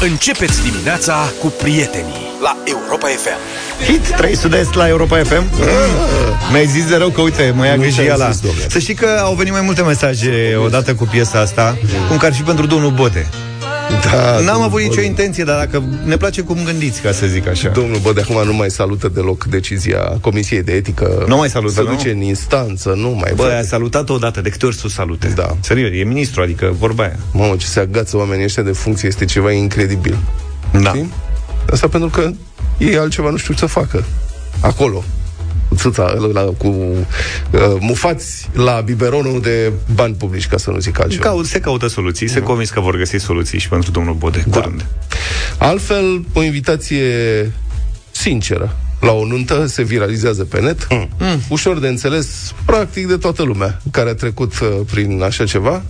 Începeți dimineața cu prietenii la Europa FM. Hit 3 sud-est la Europa FM Mi-ai zis de rău că uite, mă ia Mm. Nu grijia ți-am la zis, domnule. Să știi că au venit mai multe mesaje odată cu piesa asta Cum că ar fi pentru domnul Bote Da, N-am domnul avut nicio Bode. intenție, dar dacă ne place cum gândiți, ca să zic așa Domnul Bode acum nu mai salută deloc decizia Comisiei de Etică. Nu mai salută, Se nu? duce în instanță, nu mai Bă, frate. a salutat-o odată, de câte ori să o salute? Da. Serios, e ministru, adică vorba aia Mamă, ce se agață oamenii ăștia de funcție este ceva incredibil. Da Știi? Asta pentru că ei altceva nu știu ce să facă. Acolo. Țâța, la, cu uh, mufați la biberonul de bani publici, ca să nu zic altceva. Caut, se caută soluții, Da. se convins că vor găsi soluții și pentru domnul Bode, da. curând. Altfel, o invitație sinceră la o nuntă se viralizează pe net, mm. ușor de înțeles, practic de toată lumea care a trecut uh, prin așa ceva,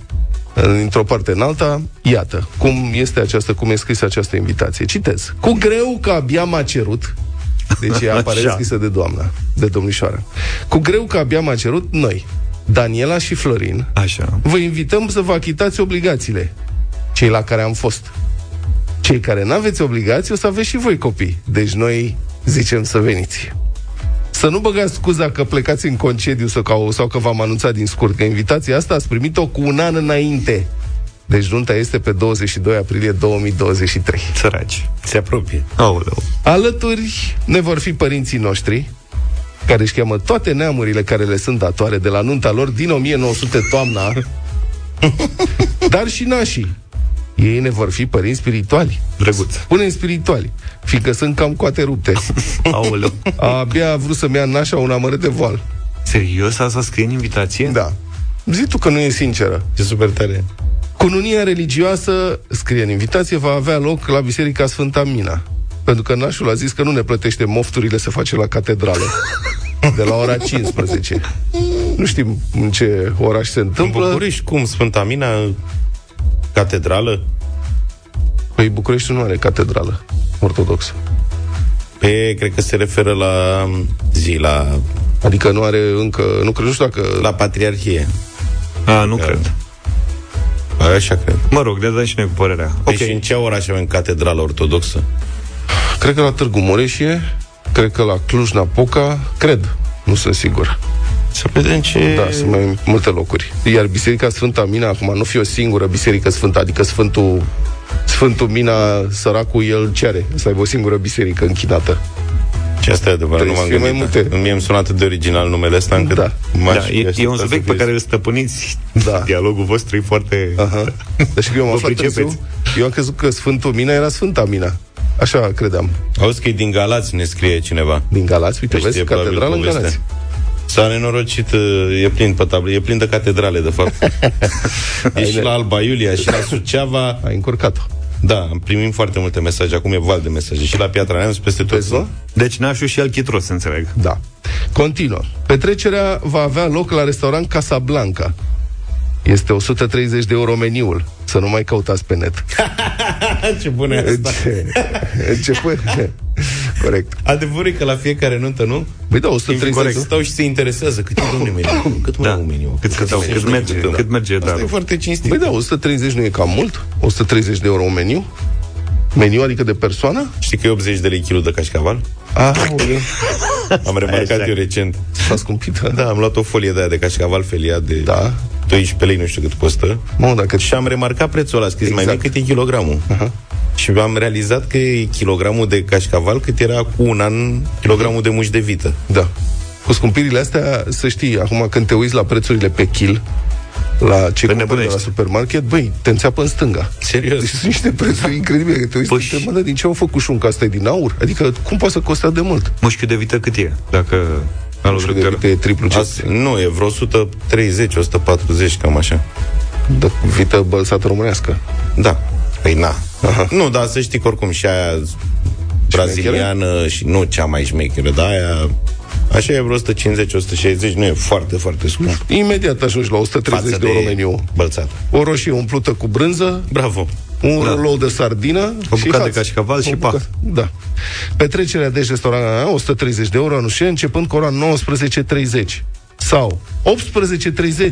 dintr-o parte în alta, iată cum este această, cum e scrisă această invitație. Citez. Cu greu că abia m-a cerut, deci ea apare Așa. scrisă de doamna, de domnișoară. Cu greu că abia m-a cerut noi, Daniela și Florin, Așa. Vă invităm să vă achitați obligațiile. Cei la care am fost. Cei care n-aveți obligații, o să aveți și voi copii. Deci noi zicem să veniți. Să nu băgați scuza că plecați în concediu sau că, sau că v-am anunțat din scurt că invitația asta ați primit-o cu un an înainte. Deci nunta este pe 22 aprilie 2023. Săraci. Se apropie. Aoleu. Alături ne vor fi părinții noștri, care își cheamă toate neamurile care le sunt datoare de la nunta lor din 1900 toamna, dar și nașii. Ei ne vor fi părinți spirituali. Drăguț. Punem spirituali, fiindcă sunt cam coate rupte. Aoleu. Abia a vrut să-mi ia nașa un amărât de voal. Serios, asta scrie în invitație? Da. Zi tu că nu e sinceră. Ce super tare. Cununia religioasă, scrie în invitație, va avea loc la Biserica Sfânta Mina. Pentru că nașul a zis că nu ne plătește mofturile să face la catedrală. De la ora 15. Nu știm în ce oraș se În întâmplă. București, cum? Sfânta Mina, catedrală, Păi București nu are catedrală ortodoxă. pe, cred că se referă la um, zi, la, Adică nu are încă... Nu cred, nu știu dacă... la patriarhie. A, Da. nu cred. Așa cred. Mă rog, ne dăm și noi cu părerea. Okay. Păi și în ce oraș avem catedrală ortodoxă? Cred că la Târgu Mureș e, cred că la Cluj-Napoca, cred, nu sunt sigur. Să vedem ce... Da, sunt mai multe locuri. Iar Biserica Sfânta Mina, acum nu fi o singură Biserică Sfântă, adică Sfântul, Sfântul Mina, săracul, el ce are? Să aibă o singură biserică închinată. Ce asta e adevărat, nu Trebuie m-am să fie gândit. mai multe. Mie îmi sună atât de original numele ăsta încât Da. m-aș Da, fi e, e așteptat un să subiect fie- pe care îl stăpâniți. Da. Dialogul vostru e foarte... Aha. Deci eu am Vă aflat târziu, pricepeți. eu am crezut că Sfântul Mina era Sfânta Mina. Așa credeam. Auzi că e din Galați, ne scrie cineva. Din Galați, uite, Că Păi vezi, Păi știe probabil catedrală în povestea. Galați. S-a nenorocit, uh, e plin pe tablă, e plin de catedrale, de fapt. e și la Alba Iulia, și la Suceava. Ai încurcat-o. Da, primim foarte multe mesaje, acum e val de mesaje. Și la Piatra Neamț, peste tot. Vezi, nu? Deci nașul și el chitros, înțeleg. Da. Continuă. Petrecerea va avea loc la restaurant Casablanca. Este 130 de euro meniul. Să nu mai căutați pe net. Ce bună e Deci- Da. asta. Începând. Corect. Adevărul e că la fiecare nuntă, nu? Păi da, Corect. 130 Stau și se interesează cât e domnule meniu, cât mai da. Da. e un meniu. Cât, cât, cât, se cât, știe merge, e. cât merge, da. Asta e foarte cinstit. Păi da, 130 nu e cam mult? 130 de euro un meniu? Meniu adică de persoană? Știi că e 80 de lei kilul de cașcaval? Ah, Am remarcat Exact. eu recent. s-a scumpit. Da, am luat o folie de aia de cașcaval feliat de Da. 12 lei, nu știu cât costă. Mă, dacă... Exact. Și am remarcat prețul ăla, scris Exact. mai mic cât e kilogramul. Și am realizat că e kilogramul de cașcaval cât era cu un an kilogramul de muș de vită. Da. Cu scumpirile astea, să știi, acum când te uiți la prețurile pe kil, la ce cumperi de la nebunești. supermarket, băi, te înțeapă în stânga. Serios. Deci sunt niște prețuri incredibile. Că te uiți Păi și te și- mă, dar din ce au făcut șunca asta e din aur? Adică cum poate să costa de mult? Mușchiul de vită cât e? Dacă... Alu, Nu știu, drăguț. de vită e triplu ce... Azi, nu, e vreo 130, 140, cam așa. Da, vită bălsată românească. Da. Păi na. Nu, dar să știi că oricum și aia braziliană și nu cea mai șmecheră, dar aia... Așa e vreo 150, 160, nu e foarte, foarte scump. Imediat ajungi la 130 de, de euro meniu. bălțat. O roșie umplută cu brânză, Bravo. un da. rulou de sardină O și bucată hață. de cașcaval și O pac. bucată, Da. Petrecerea deci restaurant 130 de euro anușe, începând cu ora 19.30. Sau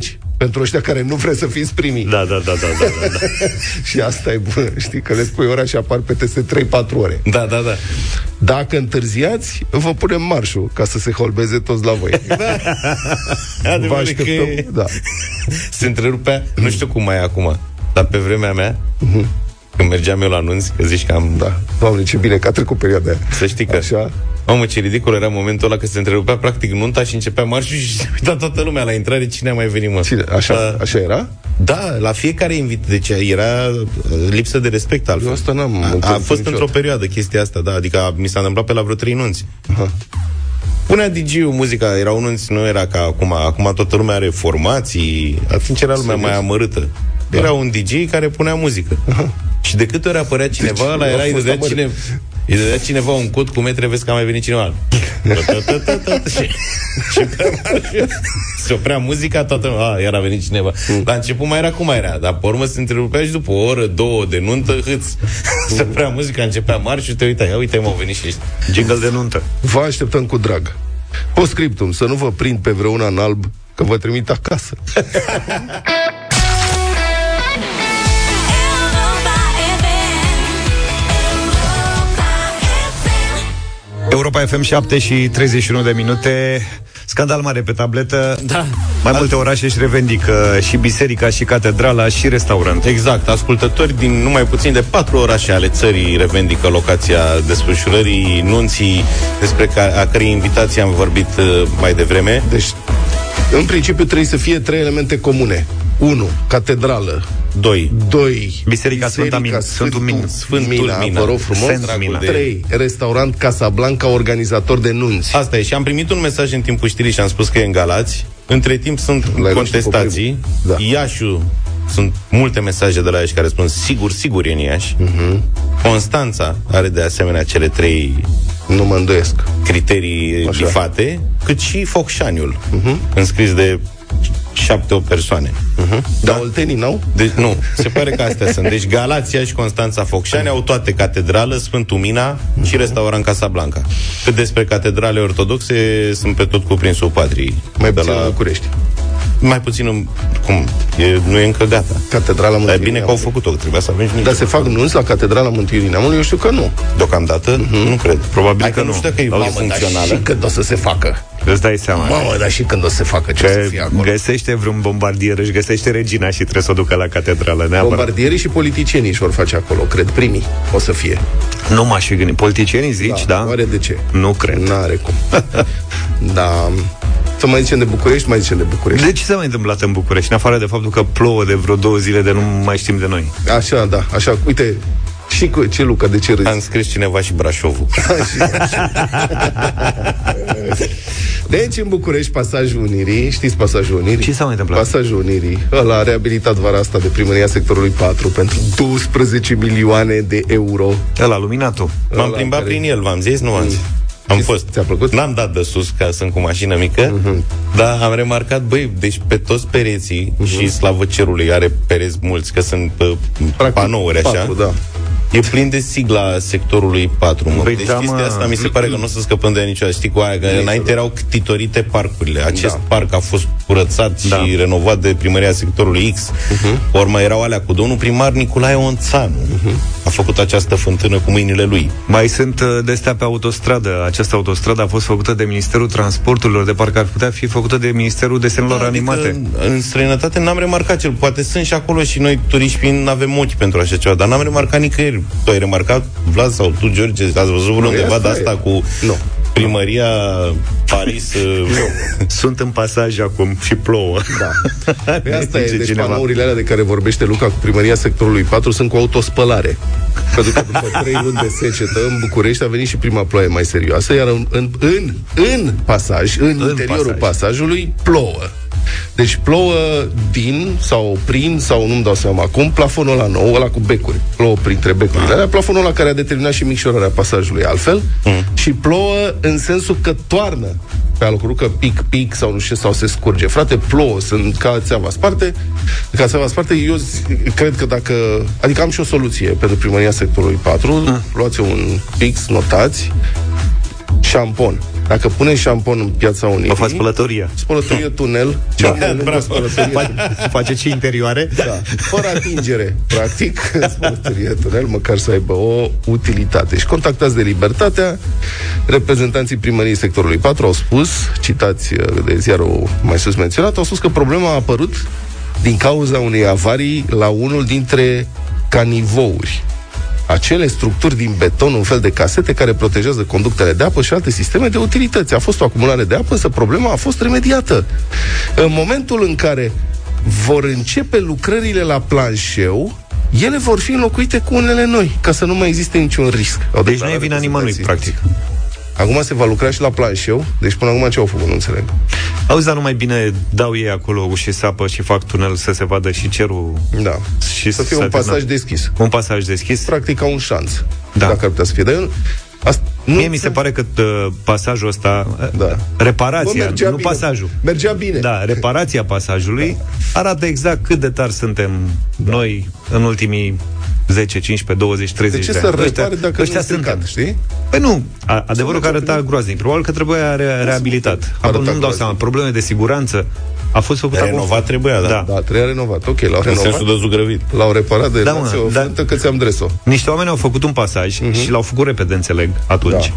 18.30 pentru ăștia care nu vreți să fiți primii. Da, da, da, da, da, da. da. și asta e bună, știi, că le spui ora și apar pe peste 3-4 ore. Da, da, da. Dacă întârziați, vă punem marșul ca să se holbeze toți la voi. Vă Adevărul e așteptăm, că da. se întrerupea, nu știu cum mai e acum, dar pe vremea mea, când mergeam eu la anunț, că zici că am... Mhm. Da. Doamne, ce bine că a trecut perioada aia. Să știi că... Așa? Mamă, ce ridicol era momentul ăla că se întrerupea practic nunta și începea marșul și se uita toată lumea la intrare, cine a mai venit, mă? Cine, așa, Da. așa era? Da, la fiecare invit. Deci era uh, lipsă de respect altfel. Eu asta n-am A, a întâlnit fost într-o niciodată. perioadă chestia asta, da. Adică a- mi s-a întâmplat pe la vreo trei nunți. Punea dj muzica, era un nunți, nu era ca acum. Acum toată lumea are formații. Atunci era lumea mai amărâtă. Da. Era un DJ care punea muzică. Și de câte ori apărea cineva, ăla eu era, am îi fost dădea, amărât. cine, îi dădea cineva un cod cu metre, vezi că a mai venit cineva. Și- și pe marșul se oprea muzica, toată a, iar a venit cineva. La început mai era cum mai era, dar pe urmă se întrerupea și după o oră, două de nuntă, hâț. Se oprea muzica, începea mari și te uita, ia uite, m-au venit și ăștia. Jingle de nuntă. Vă așteptăm cu drag. Postscriptum, să nu vă prind pe vreuna în alb, că vă trimit acasă. Europa FM. Europa FM 7 și 31 de minute. Scandal mare pe tabletă. Da. Mai multe orașe își revendică și biserica, și catedrala, și restaurante. Exact, ascultători din numai puțin de patru orașe ale țării revendică locația desfășurării nunții despre care, a cărei invitații am vorbit uh, mai devreme. Deci, în principiu trebuie să fie trei elemente comune. 1. Catedrală. Doi. 2. Biserica Sfânta Min- Sfântul Min- Sfântul Mina, Mina. da, vă rog frumos. Saint Mina. 3. Restaurant Casablanca, organizator de nunți. Asta e. Și am primit un mesaj în timpul știrii și am spus că e în Galați. Între timp sunt luat și contestații. pe primul. Da. Iașu, sunt multe mesaje de la Iași care spun sigur, sigur e în Iași. Mhm. Constanța are de asemenea cele trei Nu mă îndoiesc. criterii Așa. Mhm. Așa. bifate, cât și Focșaniul, uh-huh. înscris de șapte o persoane. Uh-huh. Dar oltenii n-au? Deci, nu, se pare că astea sunt. Deci Galația și Constanța Focșani au toate catedrală, Sfântul Mina și restaurant Casablanca. Cât despre catedrale ortodoxe, sunt pe tot cuprinsul patrii. Mai de puțin la... în la... București. Mai puțin în... Cum? E, nu e încă gata. Catedrala Dar e Mântuirii bine că au Neamului. făcut-o, că trebuia să avem și niște. Dar se fac nunți la Catedrala Mântuirii Neamului? Eu știu că nu. Deocamdată, nu cred. Probabil Adică că nu nu. știu că e Mamă, dar funcțională. și când o să se facă? Îți dai seama. Mamă, dar și când o să se facă? Ce o să Că fie acolo? găsește vreun bombardier, își găsește regina și trebuie să o ducă la catedrală neapărat. Bombardierii și politicienii își vor face acolo, cred, primii o să fie. Nu m-aș fi gândit. Politicienii zici, da? Oare de ce? Nu cred. N-are cum. da. Să mai zicem de București, mai zicem de București. De ce s-a mai întâmplat în București, în afară de faptul că plouă de vreo două zile de nu mai știm de noi? Așa, da, așa, uite, și cu ce Luca, de ce Am râzi? scris cineva și Brașovul. Deci în București, pasajul Unirii, știți pasajul Unirii? Ce s-a mai întâmplat? Pasajul Unirii, ăla a reabilitat vara asta de primăria sectorului 4 pentru 12 milioane de euro. Ăla, luminatul. M-am Ăla plimbat care- prin el, v-am zis, nu am zis. Am Și fost. ți-a plăcut? Mhm. N-am dat de sus, ca sunt cu mașină mică, dar am remarcat, băi, deci pe toți pereții Mhm. și slavă cerului are pereți mulți, că sunt uh, Practic, panouri așa. patru, da. E plin de sigla sectorului 4, mă. Păi deci da, chestia mă. asta mi se pare că nu o să scăpăm de ea niciodată. Știi cu aia, că înainte erau ctitorite parcurile. Acest Da. parc a fost curățat Da. și renovat de primăria sectorului X. Mhm. Urmă erau alea cu domnul primar Nicolae Onțanu. A făcut această fântână cu mâinile lui. Mai sunt uh, de-astea pe autostradă. Această autostradă a fost făcută de Ministerul Transporturilor, de parcă ar putea fi făcută de Ministerul Desenelor da, Animate. Adică, în- în străinătate n-am remarcat cel. Poate sunt și acolo și noi turiști fiind n-avem ochi pentru așa ceva, dar n-am remarcat nicăieri. Tu ai remarcat, Vlad sau tu, George, ați văzut vreundeva asta de asta e. cu Nu. primăria Paris? uh, Sunt în pasaj acum și plouă. Da. Păi asta e, deci panourile alea de care vorbește Luca cu primăria sectorului 4 sunt cu autospălare. Pentru că după 3 luni de secetă în București a venit și prima ploaie mai serioasă, iar în, în, în, în pasaj, în, în interiorul pasaj. pasaj. pasajului, plouă. Deci plouă din sau prin sau nu-mi dau seama acum plafonul la nou, ăla cu becuri. Plouă printre becurile alea, plafonul la care a determinat și micșorarea pasajului altfel și plouă în sensul că toarnă pe alocul că pic, pic sau nu știu sau se scurge. Frate, plouă, sunt ca țeava sparte. Ca țeava sparte, eu zi- cred că dacă... Adică am și o soluție pentru primăria sectorului 4. Luați un pix, notați, șampon. Dacă pune șampon în piața Unirii... O faci spălătoria. Spălătorie tunel, cea mai lungă spălătorie, Face ce interioare? da, fără atingere, practic, spălătorie tunel, măcar să aibă o utilitate. Și contactați de Libertatea, reprezentanții primăriei sectorului 4 au spus, citați uh, de ziarul mai sus menționat, au spus că problema a apărut din cauza unei avarii la unul dintre canivouri acele structuri din beton, un fel de casete care protejează conductele de apă și alte sisteme de utilități. A fost o acumulare de apă, însă problema a fost remediată. În momentul în care vor începe lucrările la planșeu, ele vor fi înlocuite cu unele noi, ca să nu mai existe niciun risc. Au Deci nu declarat e vina nimănui, reprezentanții. practic. Acum se va lucra și la planșeu, deci până acum ce au făcut, nu înțeleg. Auzi, dar nu mai bine dau ei acolo și sapă și fac tunel să se vadă și cerul. Da. Și să fie s-a un pasaj terminat. deschis. Un pasaj deschis. Practic ca un șanț. Da. Dacă ar putea să fie. Dar eu, asta, nu Mie mi se pare că uh, pasajul ăsta, Da. da. reparația, nu bine. pasajul. Mergea bine. Da, reparația pasajului arată exact cât de tari suntem da. noi în ultimii 10, 15, 20, 30 De de, ce să ani. repare dacă nu ăștia e stricat, suntem. știi? Păi nu, a, adevărul că arăta groaznic. Probabil că trebuia re- rehabilitat. Arăta Acum nu-mi dau groaznic. seama. Probleme de siguranță a fost făcut acum. Renovat trebuia, da. Da. da. Da, trebuia renovat. Ok, l-au În renovat. sensul de zugrăvit. L-au reparat de Da, da, mă, o da. da. că ți-am dres-o. Niște oameni au făcut un pasaj Mhm. uh-huh. și l-au făcut repede, înțeleg, atunci.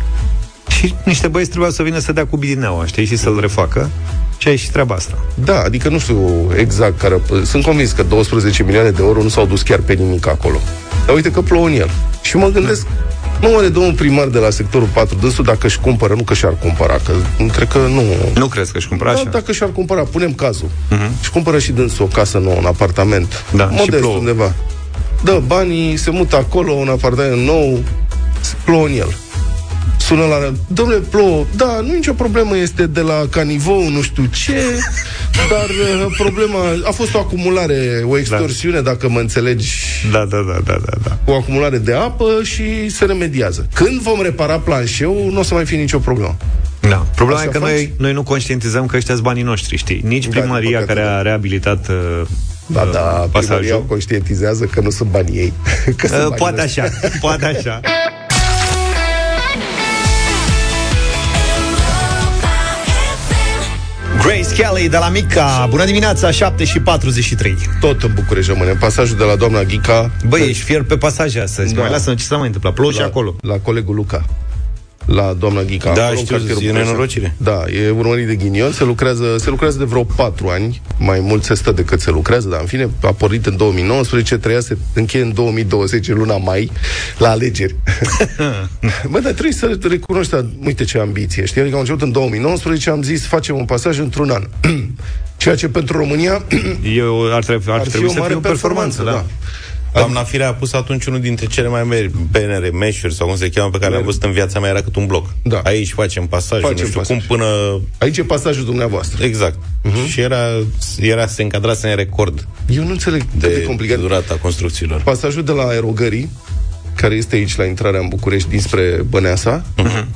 Da. Și niște băieți trebuia să vină să dea cu bidineaua, știi, și să-l refacă. Și ai și treaba asta. Da, adică nu știu exact care... Sunt convins că 12 milioane de euro nu s-au dus chiar pe nimic acolo. Dar uite că plouă în el. Și mă gândesc, nu oare domnul primar de la sectorul 4 dânsul dacă își cumpără, nu că și-ar cumpăra, că nu cred că nu... Nu crezi că își cumpăra Da, așa? Mhm. dacă și-ar cumpăra, punem cazul. Uh-huh. Și cumpără și dânsul o casă nouă, un apartament. Da, și modest plouă. undeva. Dă banii, se mută acolo, un apartament nou, se plouă în el. Sună la... Domnule, plouă. Da, nu e nicio problemă, este de la Canivou, nu știu ce, dar uh, problema... A fost o acumulare, o extorsiune, da. dacă mă înțelegi Da, da, da, da, da, da. o acumulare de apă și se remediază. Când vom repara planșeul, nu o să mai fie nicio problemă. Da. Problema Așa e că faci? noi, noi nu conștientizăm că ăștia sunt banii noștri, știi? Nici din primăria păcate, care da. a rehabilitat uh, Da, uh, da, primăria o pasajul. conștientizează că nu sunt banii ei. Că sunt Uh, banii poate noștri. așa, poate așa. Grace Kelly de la Mica. Bună dimineața, 7 și 43. Tot în București rămânem. Pasajul de la doamna Ghica Băi, ești fier pe pasaje astăzi. Da. Da. Mai lasă-mă, ce s-a mai întâmplat? Plouă și la, acolo. la colegul Luca. La doamna Ghica. Da, acolo în știu, cartierul e București. nenorocire. Da, e urmărit de ghinion. Se lucrează, se lucrează de vreo patru ani. Mai mult se stă decât se lucrează, dar în fine, a pornit în 2019, treia se încheie în 2020, în luna mai, la alegeri. Bă, dar trebuie să recunoști, dar uite ce ambiție, știi? Adică am început în 2019, am zis, facem un pasaj într-un an. Ceea ce pentru România Eu ar, trebui, ar, ar fi trebui o să mare fie o performanță, da. Doamna Firea a pus atunci unul dintre cele mai mari PNR meșuri, sau cum se cheamă, pe care le-am văzut în viața mea, era cât un bloc. Da. Aici facem pasaj, Facem nu știu pasaj. Mhm. cum, până... da. Aici e pasajul dumneavoastră. Exact. Uh-huh. Și era, era, se încadrase în record Eu nu înțeleg de, de de, de complicat. durata construcțiilor. Pasajul de la aerogării, care este aici la intrarea în București dinspre Băneasa,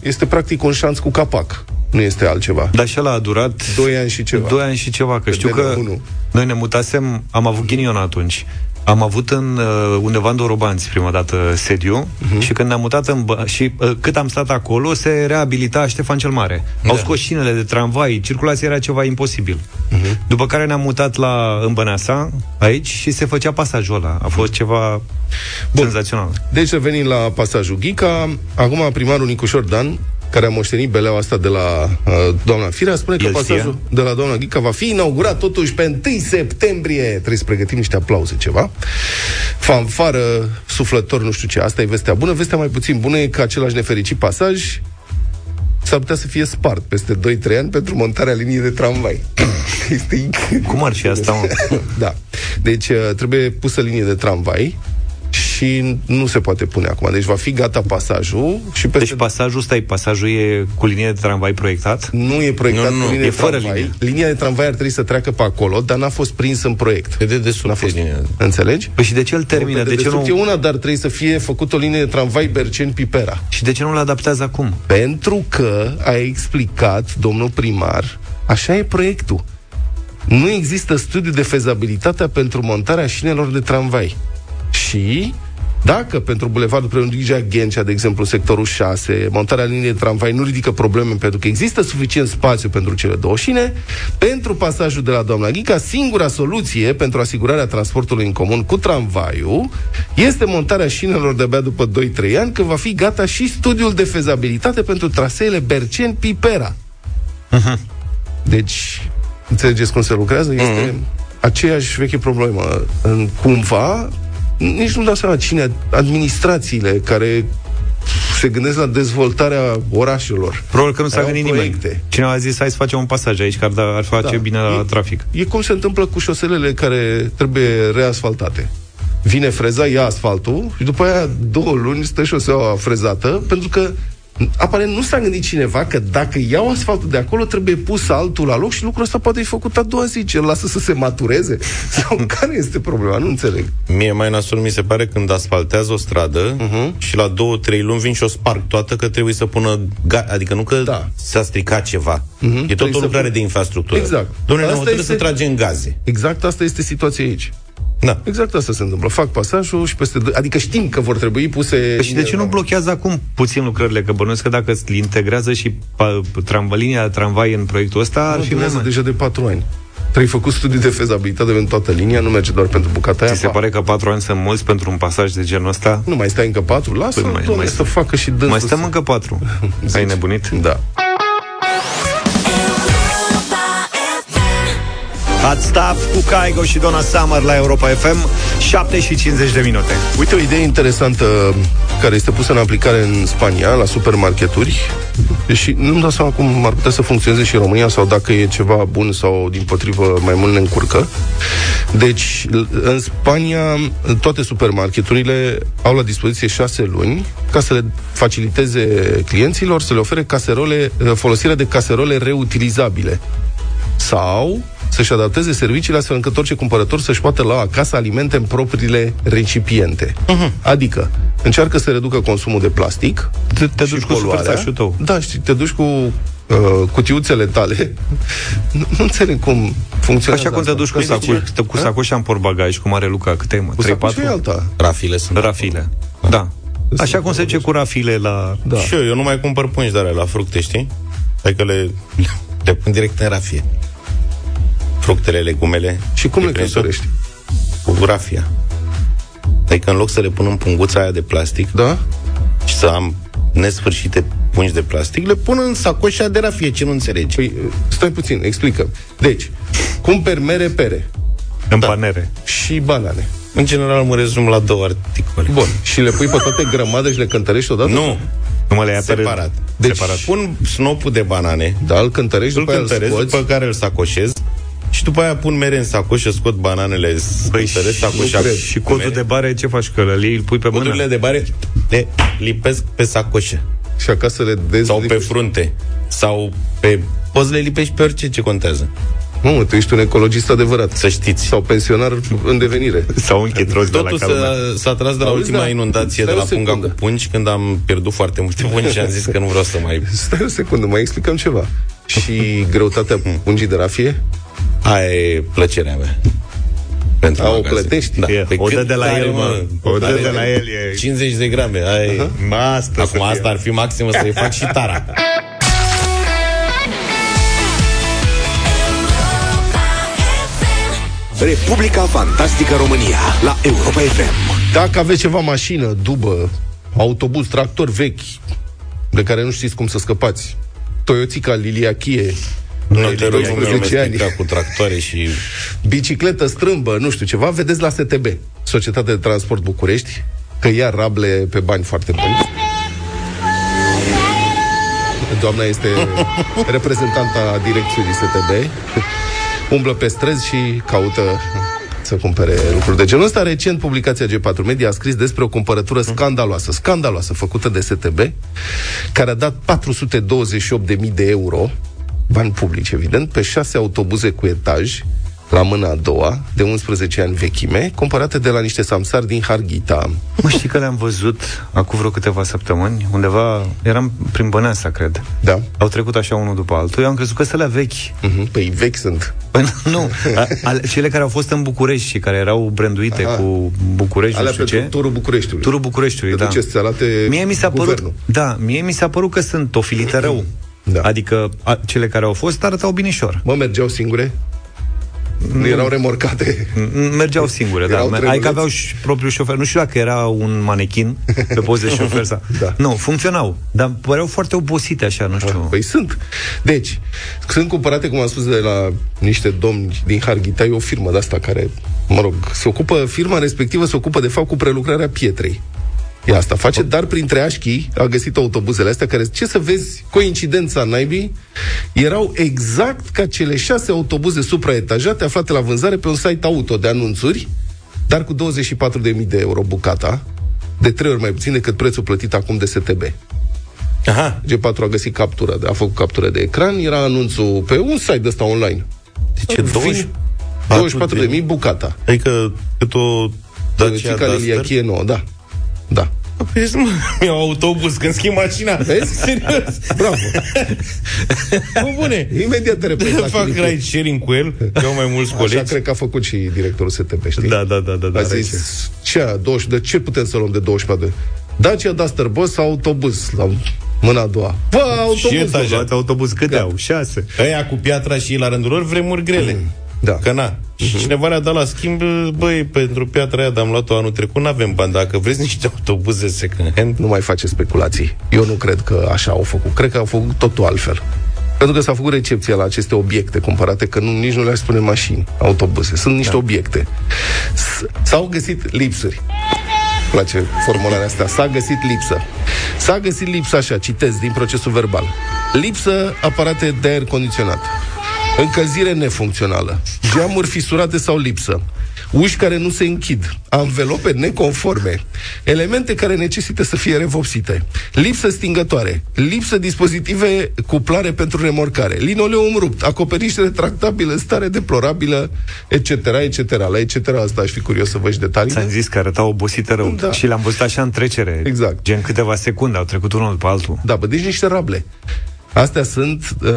este practic un șanț cu capac. Nu este altceva. Dar și ăla a durat... Doi ani și ceva. Doi ani și ceva, că Pe știu că DN1. noi ne mutasem, am avut ghinion atunci. Am avut în uh, undeva în Dorobanți prima dată sediu uh-huh. Mhm. și când ne-am mutat în Bă- și uh, cât am stat acolo se reabilita Ștefan cel Mare. Da. Au scos șinele de tramvai, circulația era ceva imposibil. Mhm. Uh-huh. După care ne-am mutat la în Băneasa, aici și se făcea pasajul ăla. A fost ceva senzațional. Deci revenim la pasajul Ghica. Acum primarul Nicușor Dan, care a moștenit beleaua asta de la uh, doamna Firea, spune că El știa. pasajul de la doamna Ghica va fi inaugurat totuși pe 1 septembrie. Trebuie să pregătim niște aplauze, ceva. Fanfară, suflător, nu știu ce. Asta e vestea bună. Vestea mai puțin bună e că același nefericit pasaj s-ar putea să fie spart peste 2-3 ani pentru montarea liniei de tramvai. este incredibil. Cum ar fi asta, mă? da. Deci uh, trebuie pusă linie de tramvai și nu se poate pune acum. Deci va fi gata pasajul și peste... Deci pasajul, stai, pasajul e cu linie de tramvai proiectat? nu e proiectat Nu, nu, cu linie e de fără tramvai. linie. Linia de tramvai ar trebui să treacă pe acolo, dar n-a fost prins în proiect. Pe de desubt fost... Înțelegi? Păi și de ce îl termină? Pe De ce dedesubt e nu... una, dar trebuie să fie făcut o linie de tramvai Berceni-Pipera. Și de ce nu-l adaptează acum? Pentru că a explicat domnul primar, așa e proiectul. Nu există studiu de fezabilitate pentru montarea șinelor de tramvai. Și Dacă pentru Bulevardul Preundigea Ghencea, de exemplu, în sectorul 6, montarea liniei de tramvai nu ridică probleme pentru că există suficient spațiu pentru cele două șine, pentru pasajul de la doamna Ghica, singura soluție pentru asigurarea transportului în comun cu tramvaiul este montarea șinelor de-abia după 2-3 ani, când va fi gata și studiul de fezabilitate pentru traseele Bercen-Pipera. Deci, înțelegeți cum se lucrează? Este mm-hmm. aceeași veche problemă. În cumva, nici nu-mi dau seama cine, administrațiile care se gândesc la dezvoltarea orașelor. Probabil că nu s-a Erau gândit nimeni. proiecte. Cineva a zis, hai să facem un pasaj aici, că ar, da- ar face bine la E- trafic. E cum se întâmplă cu șoselele care trebuie reasfaltate. Vine freza, ia asfaltul și după aia două luni stă șoseaua frezată pentru că aparent nu s-a gândit cineva că dacă iau asfaltul de acolo trebuie pus altul la loc și lucrul ăsta poate fi făcut a doua zi, ce îl lasă să se matureze? Sau care este problema? Nu înțeleg. Mie mai nasol mi se pare când asfaltează o stradă Mhm. uh-huh. și la două, trei luni vin și o sparg toată că trebuie să pună... Ga- adică nu că Da. Mhm. s-a stricat ceva. Uh-huh. E tot Trebuie o să lucrare pun- de infrastructură. Exact. Domnule, ne-am Asta hotărât este- să tragem gaze. Exact asta este situația aici. Da. Exact asta se întâmplă. Fac pasajul și peste... doi- Adică știm că vor trebui puse... Păi și de ce nu blochează acum puțin lucrările? Că bănuiesc că dacă îl integrează și pa, tram, linia tramvai în proiectul ăsta, ar Ar fi fi mai deja de patru ani. Trebuie făcut studii de fezabilitate pentru toată linia, nu merge doar pentru bucata aia. Ți se pa. pare că patru ani sunt mulți pentru un pasaj de genul ăsta? Nu mai stai încă patru, lasă Păi mai- păi mai, mai să stăm. facă și dânsul. Mai stăm să- încă patru. Ai nebunit? Da. Hot Stuff cu Caigo și Donna Summer la Europa FM 7 și 50 de minute Uite o idee interesantă care este pusă în aplicare în Spania, la supermarketuri, și nu-mi dau seama cum ar putea să funcționeze și în România sau dacă e ceva bun sau, din potrivă, mai mult ne încurcă. Deci, l- în Spania, toate supermarketurile au la dispoziție șase luni ca să le faciliteze clienților, să le ofere caserole, folosirea de caserole reutilizabile sau să-și adapteze serviciile astfel încât orice cumpărător să-și poată lua acasă alimente în propriile recipiente. Mhm. Adică, încearcă să reducă consumul de plastic. Te, te și duci cu poluarea. superțașul tău. Da, știi, te duci cu uh, cutiuțele tale. nu, nu înțeleg cum funcționează Așa cum te asta. duși cu, Păi de sacu, ce? te, cu sacoșa în portbagaj, cum are Luca, câte mă? Cu 3-4? sacu și alta. Rafile sunt. Rafile. Da. Așa cum se duce cu rafile la... Da. Și eu, eu nu mai cumpăr pungi de alea la fructe, știi? Adică le, le pun direct în rafie. Fructele, legumele. Și cum le cred tot căsărești? Cu rafia. Adică în loc să le pun în punguța aia de plastic Da? și să am nesfârșite pungi de plastic, le pun în sacoșa de rafie, ce nu înțelegi. Păi, uh, stai puțin, explică. Deci, cumperi mere, pere În panere. și banane. În general mă rezum la două articole. Bun. Și le pui pe toate grămadă și le cântărești odată? Nu, Nu mă le ia pe rând. separat. Deci- Separat. Pun snopul de banane, Da, îl cântărești, îl după aia îl cântăresc, scoți. după care îl sacoșez și după aia pun mere în sacoșă, scot bananele, Păi cântăresc și, sacoșa. nu cred. cu și codul mere. de bare ce faci? Că le iei, îl pui pe mână? Codurile de bare le lipesc pe sacoșe și acasă le dezi... sau pe frunte sau pe... Poți să le lipești pe orice ce contează. Mamă, tu ești un ecologist adevărat. Să știți. Sau pensionar în devenire. Sau un chitroz de la Totul calumea. s-a, s-a tras de la Auzi, ultima da. inundație de Stai la o punga secundă. cu pungi când am pierdut foarte multe pungi și am zis că nu vreau să mai... Stai o secundă, mai explicăm ceva. Și greutatea Hmm. pungii de rafie? Aia e plăcerea mea. Pentru A, o magazin. plătești? Da. E, o dă cât de la are, el, mă. O dă Are de la el, e- 50 de grame. Aia e... Asta să Acum fie. asta ar fi maximă să-i fac și tara. Republica Fantastică România la Europa FM. Dacă aveți ceva mașină, dubă, autobuz, tractor vechi, de care nu știți cum să scăpați, Toyotica Liliachie, Nu te rog, 12 ani. nu cu tractoare și... bicicletă strâmbă, nu știu ceva, vedeți la STB, Societatea de Transport București, că ia rable pe bani foarte buni. Doamna este reprezentanta direcției STB, umblă pe străzi și caută să cumpere lucruri de genul ăsta. Recent, publicația G4 Media a scris despre o Mm. cumpărătură scandaloasă, scandaloasă, făcută de STB, care a dat 428.000 de euro, bani publici, evident, pe șase autobuze cu etaj, la mâna a doua, de 11 ani vechime, cumpărate de la niște samsari din Harghita. Mă știi că le-am văzut acum vreo câteva săptămâni, undeva, eram prin Băneasa, cred. Da? Au trecut așa unul după altul. Eu am crezut că sunt la vechi. Mm-hmm. Păi vechi sunt. Păi nu, a, ale, cele care au fost în București și care erau branduite Aha. Aha. cu București, Alea nu știu pentru ce. turul Bucureștiului. Turul Bucureștiului, Te da. duceți, arate Mie mi s-a guvernul. părut, da, mie mi s-a părut că sunt o filită rău. Da. Adică a, cele care au fost arătau binișor. Mă, mergeau singure? Nu erau remorcate. M- Mergeau singure, da. Păi, Erau Mer- trenuleți. Adică aveau și propriul șofer. Nu știu dacă era un manechin pe poze de șofer sau... Da. Nu, funcționau. Dar păreau foarte obosite așa, nu știu. Păi sunt. Deci, sunt cumpărate, cum am spus, de la niște domni din Harghita, e o firmă de asta care, mă rog, se ocupă, firma respectivă se ocupă, de fapt, cu prelucrarea pietrei. E asta face, dar printre așchii a găsit autobuzele astea care, ce să vezi, coincidența naibii, erau exact ca cele șase autobuze supraetajate aflate la vânzare pe un site auto de anunțuri, dar cu 24.000 de euro bucata, de trei ori mai puțin decât prețul plătit acum de STB. Aha. G4 a găsit captura, de- a făcut captură de ecran, era anunțul pe un site ăsta online. De ce? 20? 24.000 bucata. Adică cât o Dacia Fica Duster. Liliachie nouă, da. Da. Păi, zi, mă, Mi-au autobuz când schimb mașina. Vezi? Serios. Bravo. Cu bune. Imediat te repezi la Fac clinică. ride sharing cu el. Eu mai mulți Așa colegi. cred că a făcut și directorul STP, știi? Da, da, da, da. da A zis, ce, 20, de ce putem să luăm de 24 de... Da, Dacia Duster Boss sau autobuz la mâna a doua? Bă, Și autobuz! etajat. Luat da. autobuz, câte au? Șase. Ăia cu piatra și la rândul lor vremuri grele. Da. Că na. Și cineva le-a dat la schimb, băi, pentru piatra aia de-am luat-o anul trecut, n-avem bani. Dacă vreți niște autobuze second hand, Nu mai face speculații. Eu nu cred că așa au făcut. Cred că au făcut totul altfel. Pentru că s-a făcut recepția la aceste obiecte cumpărate, că nu, nici nu le-aș spune mașini, autobuze. Sunt niște da. obiecte. S- S-au găsit lipsuri. Îmi place formularea asta. S-a găsit lipsă. S-a găsit lipsă, așa, citez din procesul verbal. Lipsă aparate de aer condiționat. Încălzire nefuncțională. Geamuri fisurate sau lipsă. Uși care nu se închid. Anvelope neconforme. Elemente care necesită să fie revopsite. Lipsă stingătoare. Lipsă dispozitive cuplare pentru remorcare. Linoleum rupt. Acoperiș retractabil în stare deplorabilă. Etc. etc. La etc. asta aș fi curios să văd și detalii. Ți-am zis că arătau obosite rău Da. da. și l-am văzut așa în trecere. Exact. Gen câteva secunde, au trecut unul după altul. Da, bă, deci niște rable. Astea sunt uh,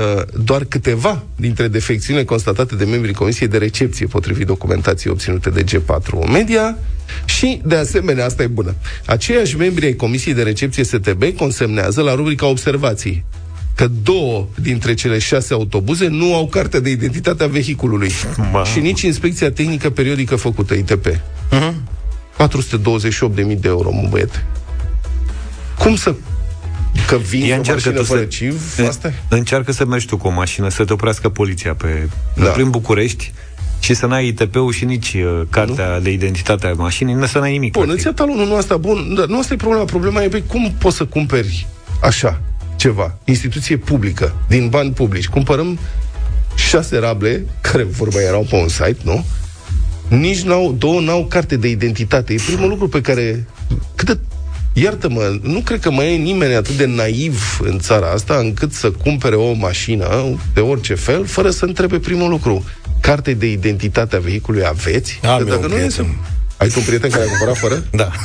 doar câteva dintre defecțiunile constatate de membrii Comisiei de Recepție potrivit documentației obținute de G4 Media și, de asemenea, asta e bună. Aceiași membri ai Comisiei de Recepție STB consemnează la rubrica Observații că două dintre cele șase autobuze nu au cartea de identitate a vehiculului Mamă. și nici inspecția tehnică periodică făcută, ITP. Uh-huh. 428.000 de euro, mă băiete. Cum să... Că vin Ea o încearcă mașină tu fără să... civ? în- Asta e? Încearcă să mergi tu cu o mașină, să te oprească poliția pe... Da. Da. prin București și să n-ai ITP-ul și nici uh, cartea nu? de identitate a mașinii, nu să n-ai nimic. Bun, practic. îți ia talonul, nu asta, bun, dar nu asta e problema. Problema e, băi, cum poți să cumperi așa ceva? Instituție publică, din bani publici. Cumpărăm șase rable, care vorba erau pe un site, nu? Nici n-au, două n-au carte de identitate. E primul lucru pe care... Cât de, iartă-mă, nu cred că mai e nimeni atât de naiv în țara asta încât să cumpere o mașină de orice fel, fără să întrebe primul lucru. Carte de identitate a vehicului aveți? Am Că eu un e- prieten. Ai tu un prieten care a cumpărat fără? da.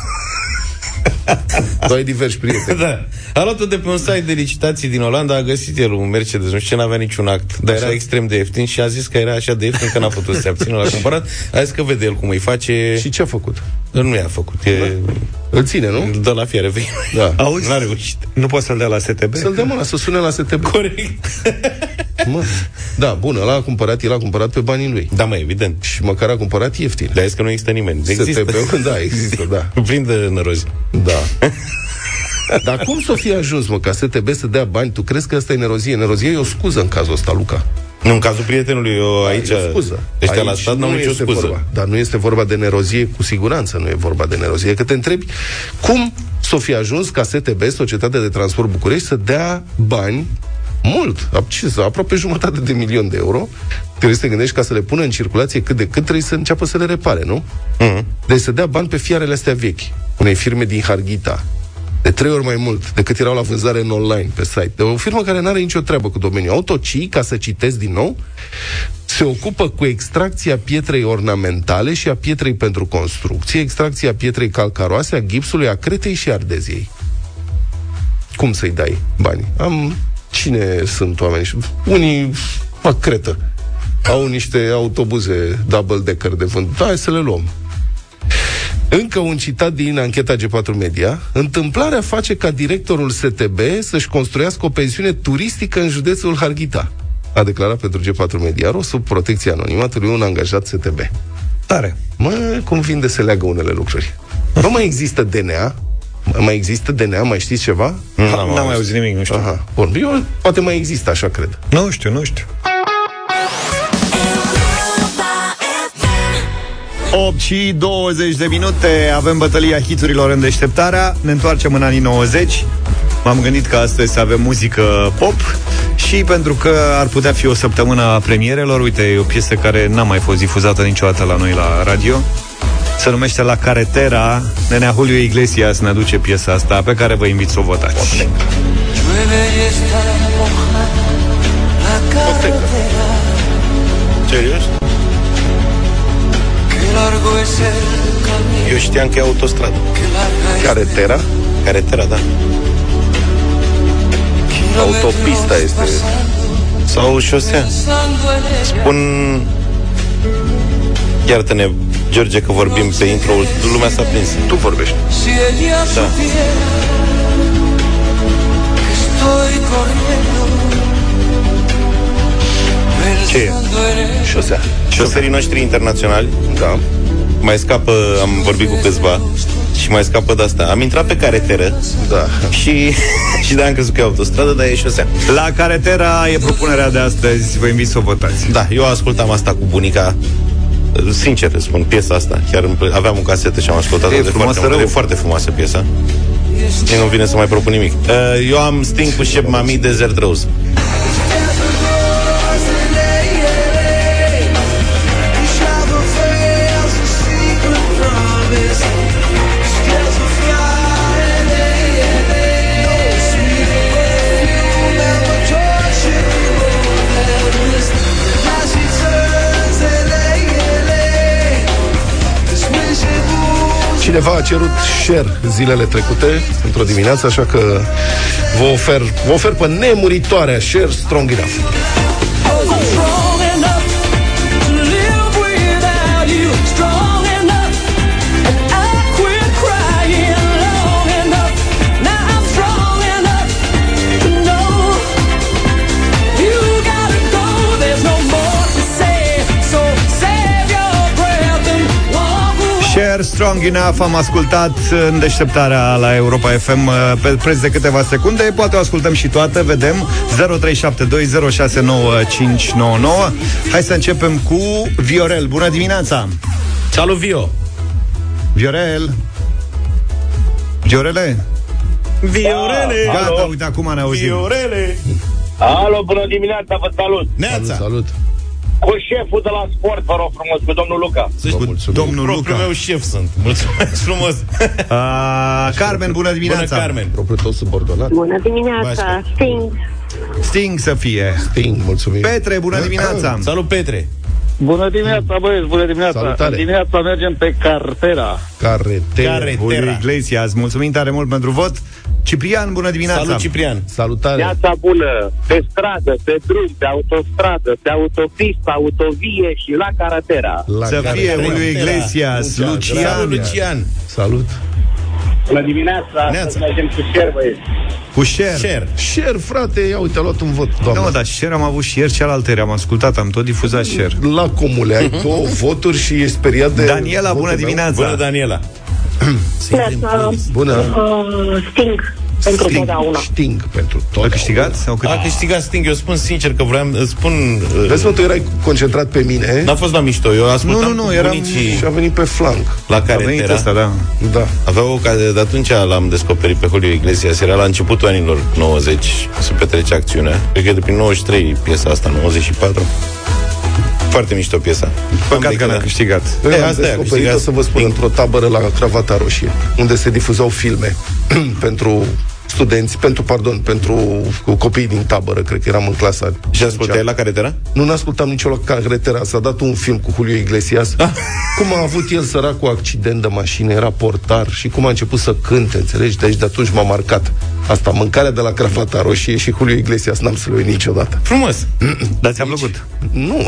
Tu ai diversi prieteni. da. A luat-o de pe un site de licitații din Olanda, a găsit el un Mercedes, nu știu ce, n-avea niciun act, dar era extrem de ieftin și a zis că era așa de ieftin că n-a putut să se abțină, l-a cumpărat. A zis că vede el cum îi face Și și ce a făcut? nu i-a făcut. E... Îl ține, nu? Îl dă la fiare vechi. Da. Auzi? N-a reușit. Nu poți să-l dea la STB? Să-l dăm ăla, să sune la STB. Corect. Mă. Da, bun, ăla a cumpărat, el a cumpărat pe banii lui. Da, mă, evident. Și măcar a cumpărat ieftin. Dar este că nu există nimeni. Există. STB-ul, da, există, da. Plin de nărozi. Da. Dar cum să fie ajuns, mă, ca STB să dea bani? Tu crezi că asta e nerozie? Nerozie e o scuză în cazul ăsta, Luca. Nu, în cazul prietenului, eu aici... Da, E o scuză. Ăștia la Aici stat n-au nu nicio este scuză. Vorba. Dar nu este vorba de nerozie, cu siguranță nu e vorba de nerozie. Că te întrebi cum s-o fi ajuns ca STB, Societatea de Transport București, să dea bani mult, ap- ce să- aproape jumătate de milion de euro, trebuie să te gândești ca să le pună în circulație cât de cât trebuie să înceapă să le repare, nu? Mhm. Mm-hmm. Deci să dea bani pe fiarele astea vechi, unei firme din Harghita, de trei ori mai mult decât erau la vânzare în online pe site. De o firmă care nu are nicio treabă cu domeniul auto, ci, ca să citesc din nou, se ocupă cu extracția pietrei ornamentale și a pietrei pentru construcție, extracția pietrei calcaroase, a gipsului, a cretei și ardeziei. Cum să-i dai bani? Am... Cine sunt oamenii? Unii fac cretă. Au niște autobuze double decker de vând. Hai să le luăm. Încă un citat din ancheta G4 Media. Întâmplarea face ca directorul STB să-și construiască o pensiune turistică în județul Harghita. A declarat pentru G4 Media sub protecția anonimatului un angajat STB. Tare. Mă, cum vinde să leagă unele lucruri. Nu mai există DNA? Mai există DNA? Mai știți ceva? N-am, N-am mai auzit nimic, nu știu. Aha, bun. Eu, poate mai există, așa cred. Nu știu, nu știu. 8 și 20 de minute Avem bătălia hiturilor în deșteptarea Ne întoarcem în anii 90 M-am gândit că astăzi avem muzică pop Și pentru că ar putea fi o săptămână a premierelor Uite, e o piesă care n-a mai fost difuzată niciodată la noi la radio se numește La Caretera Nenea Julio Iglesias ne aduce piesa asta Pe care vă invit să o votați Serios? Eu știam că e autostradă. Caretera? Caretera, da. Autopista este. Sau șosea. Spun... Iartă-ne, George, că vorbim pe intro-ul. Lumea s-a prins. Tu vorbești. Da. Ce e? Șosea. Șoferii noștri internaționali Da. mai scapă, am vorbit cu câțiva și mai scapă de asta. Am intrat pe careteră Da. și, și da, am crezut că e autostradă, dar e șosea. La Caretera e propunerea de astăzi Vă invit să o votați Da, eu ascultam asta cu bunica Sincer îți spun, piesa asta Chiar îmi plă- aveam o casetă și am ascultat-o E de frumoasă foarte mult. rău. E foarte frumoasă piesa Și nu vine să mai propun nimic Uh, Eu am Sting cu Shep Mami Desert Rose Cineva a cerut share zilele trecute, într-o dimineață, așa că vă ofer, vă ofer pe nemuritoarea share strong enough. Strong enough to live without you. Strong enough, and I quit crying long enough. Now I'm strong enough to know you gotta go. There's no more to say, so save your breath and walk away. Share Strong Enough am ascultat uh, în deșteptarea la Europa FM uh, pe preț de câteva secunde. Poate o ascultăm și toată, vedem. 0372069599. Hai să începem cu Viorel. Bună dimineața! Salut, Vio! Viorel! Viorele! Viorele! Gata, uite, acum ne auzim. Viorele! Alo, bună dimineața, vă salut! Neața! Salut! Cu șeful de la sport, vă rog frumos, cu domnul Luca. Să știi, Domnul Propriul Luca. meu șef sunt. Mulțumesc frumos! A, Carmen, bună Bună, dimineața! Carmen! Propriu tot subordonat. Bună dimineața! Bașca. Sting! Sting să fie! Sting, mulțumim. Petre, bună dimineața! Salut, Petre! Bună dimineața, băieți, bună dimineața. Salutare. Dimineața mergem pe cartera. Carretera. Care- Julio Terra. Iglesias, mulțumim tare mult pentru vot. Ciprian, bună dimineața! Salut, Ciprian! Salutare. Viața bună, pe stradă, pe drum, pe autostradă, pe autopistă, autovie și la cartera. La Să care- fie Terra. Julio Iglesias, Lucian, Lucian, Salut, Lucian! Salut. Bună dimineața, Neața. astăzi mergem cu șer, băieți. cu Cher. Share! Share, frate, ia uite, a luat un vot, Da, mă, doamne. dar Cher am avut și ieri cealaltă, am ascultat, am tot difuzat Cher. La comule, ai două voturi și e speriat de... Daniela, bună votul meu? dimineața! Bună, Daniela! Neața, Bună. uh, Sting! Pentru Sting, totdeauna. Sting pentru tot. A câștigat? Sau cât? A câștigat Sting, eu spun sincer că vreau, îți spun... uh, Vezi, mă, tu erai concentrat pe mine Da, N-a fost la mișto, eu ascultam Nu, nu, nu, cu eram- bunicii și a venit pe flanc. la A care venit era. ăsta, da. Da. Avea o ocazie, de atunci l-am descoperit pe Julio Iglesias, era la începutul anilor 90, se petrece acțiunea. Cred că e de prin 93 piesa asta, 94. Foarte mișto piesa. Păcat că n-a câștigat. Eu E, am asta Păi, e, descoperit, câștigat o să vă spun, Sting. într-o tabără la Cravata Roșie, unde se difuzau filme pentru studenți, pentru, pardon, pentru copiii din tabără, cred că eram în clasa Și 5-a. ascultai la care era? Nu n-ascultam nicio la carretera. S-a dat un film cu Julio Iglesias. Ah. cum a avut el săracul accident de mașină, era portar și cum a început să cânte, înțelegi? Deci de atunci m-a marcat. Asta, mâncarea de la crafata roșie și Julio Iglesias n-am să-l uit niciodată. Frumos. Dar ți-a plăcut. Nu.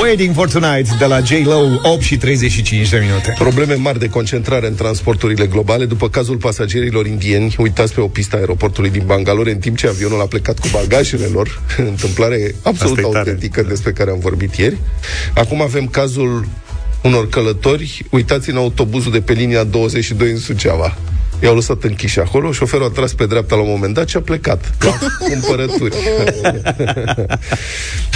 Waiting for Tonight de la J-Lo, 8 și 35 de minute. Probleme mari de concentrare în transporturile globale după cazul pasagerilor indieni uitați pe o pistă a aeroportului din Bangalore în timp ce avionul a plecat cu bagajele lor. Întâmplare absolut Asta e tare. Da. autentică despre care am vorbit ieri. Acum avem cazul unor călători uitați în autobuzul de pe linia 22 în Suceava. I-au lăsat închiși acolo, șoferul a tras pe dreapta la un moment dat și a plecat. Da. La cumpărături.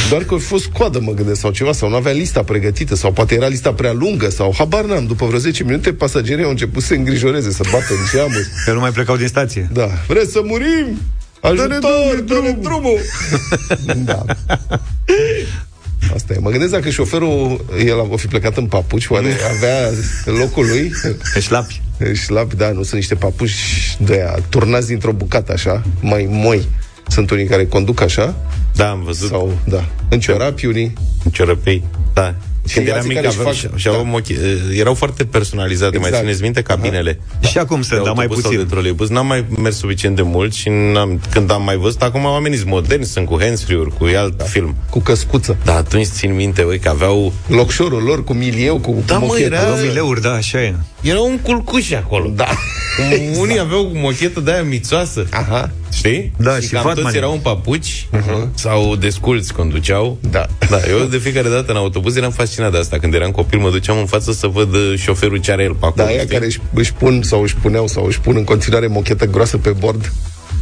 Doar că a fost coadă, mă gândesc, sau ceva, sau nu avea lista pregătită, sau poate era lista prea lungă, sau habar n-am. După vreo 10 minute, pasagerii au început să se îngrijoreze, să bată în geamuri. Că nu mai plecau din stație. Da. Vreți să murim? Ajutor, dă-ne drumul! da. Asta e. Mă gândesc dacă șoferul el a o fi plecat în papuci, oare avea locul lui? Eșlapi. Șlap, da, nu sunt niște papuși de a turnați dintr-o bucată așa, mai moi. Sunt unii care conduc așa, Da, am văzut. Sau... sau, da, în ciorapi unii. Ciorăpei. Da. Când eram alții mic, care își aveam, fac- și- și aveam ochi, erau foarte personalizate, exact. mai Exact. țineți minte, cabinele. Da. Și acum de sunt, dar mai autobuz sau puțin. De troleibuz. N-am mai mers suficient de mult și n-am, când am mai văzut, acum oamenii sunt moderni, sunt cu handsfree-uri, cu alt da. film. Cu căscuță. Dar atunci țin minte, băi, că aveau... Locșorul lor, cu milieu, cu Da, mă, mochetă. era- Mileuri, da, așa e. Era un culcuș acolo. Da. Exact. Unii aveau cu mochetă de-aia mițoasă. Aha. Știi? Da, și și cam Fatman. toți erau în papuci uh-huh. sau desculți conduceau. Da. da. Eu de fiecare dată în autobuz eram fascinat de asta. Când eram copil mă duceam în față să văd uh, șoferul ce are el pe acolo. Da, aia știi? care își, își pun sau își puneau sau își pun în continuare mochetă groasă pe bord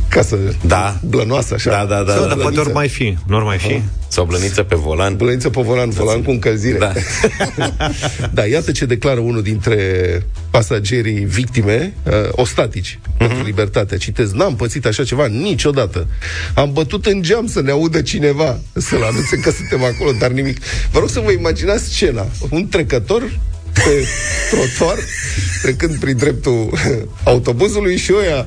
ca să... Da. Blănoasă, așa. Da, da, da. Da, da, dar da. poate ori mai fi. Nu ori mai fi. Sau blăniță pe volan. Blăniță pe volan, volan cu încălzire. Da. da, iată ce declară unul dintre pasagerii victime uh, ostatici uh-huh. pentru libertate. Citez, n-am pățit așa ceva niciodată. Am bătut în geam să ne audă cineva să-l anunțe că suntem acolo, dar nimic. Vă rog să vă imaginați scena. Un trecător pe trotuar, trecând prin dreptul autobuzului și oia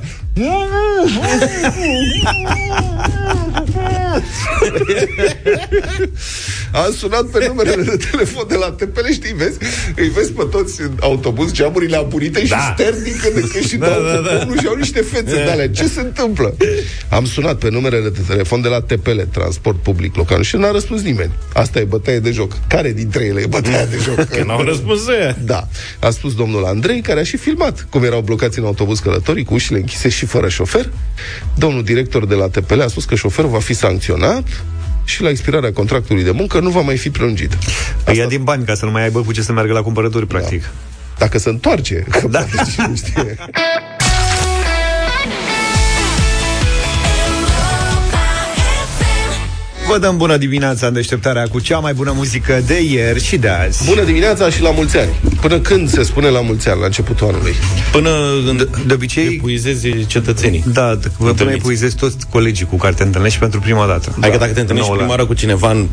A sunat pe numerele de telefon de la TPL, știi, vezi? Îi vezi pe toți în autobuz, geamurile aburite și da. șterg din când în când și da, dau da, da. și au niște fețe de alea. Ce se întâmplă? Am sunat pe numerele de telefon de la TPL, Transport Public Local, și n-a răspuns nimeni. Asta e bătaie de joc. Care dintre ele e bătaia de joc? Că n-au răspuns ăia. Da, a spus domnul Andrei, care a și filmat cum erau blocați în autobuz călătorii cu ușile închise și fără șofer. Domnul director de la TPL a spus că șoferul va fi sancționat și la expirarea contractului de muncă nu va mai fi prelungit. Îi ia din bani ca să nu mai aibă cu ce să meargă la cumpărături, Da. practic. Dacă se întoarce, că da. nu știe. Vă dăm bună dimineața în deșteptarea cu cea mai bună muzică de ieri și de azi. Bună dimineața și la mulți ani. Până când se spune la mulți ani, la începutul anului? Până de, de obicei- epuizezi cetățenii. Da, d- vă până Întâlniți. epuizezi toți colegii cu care te întâlnești pentru prima dată. Adică dacă te întâlnești Nouă la- prima oară cu cineva în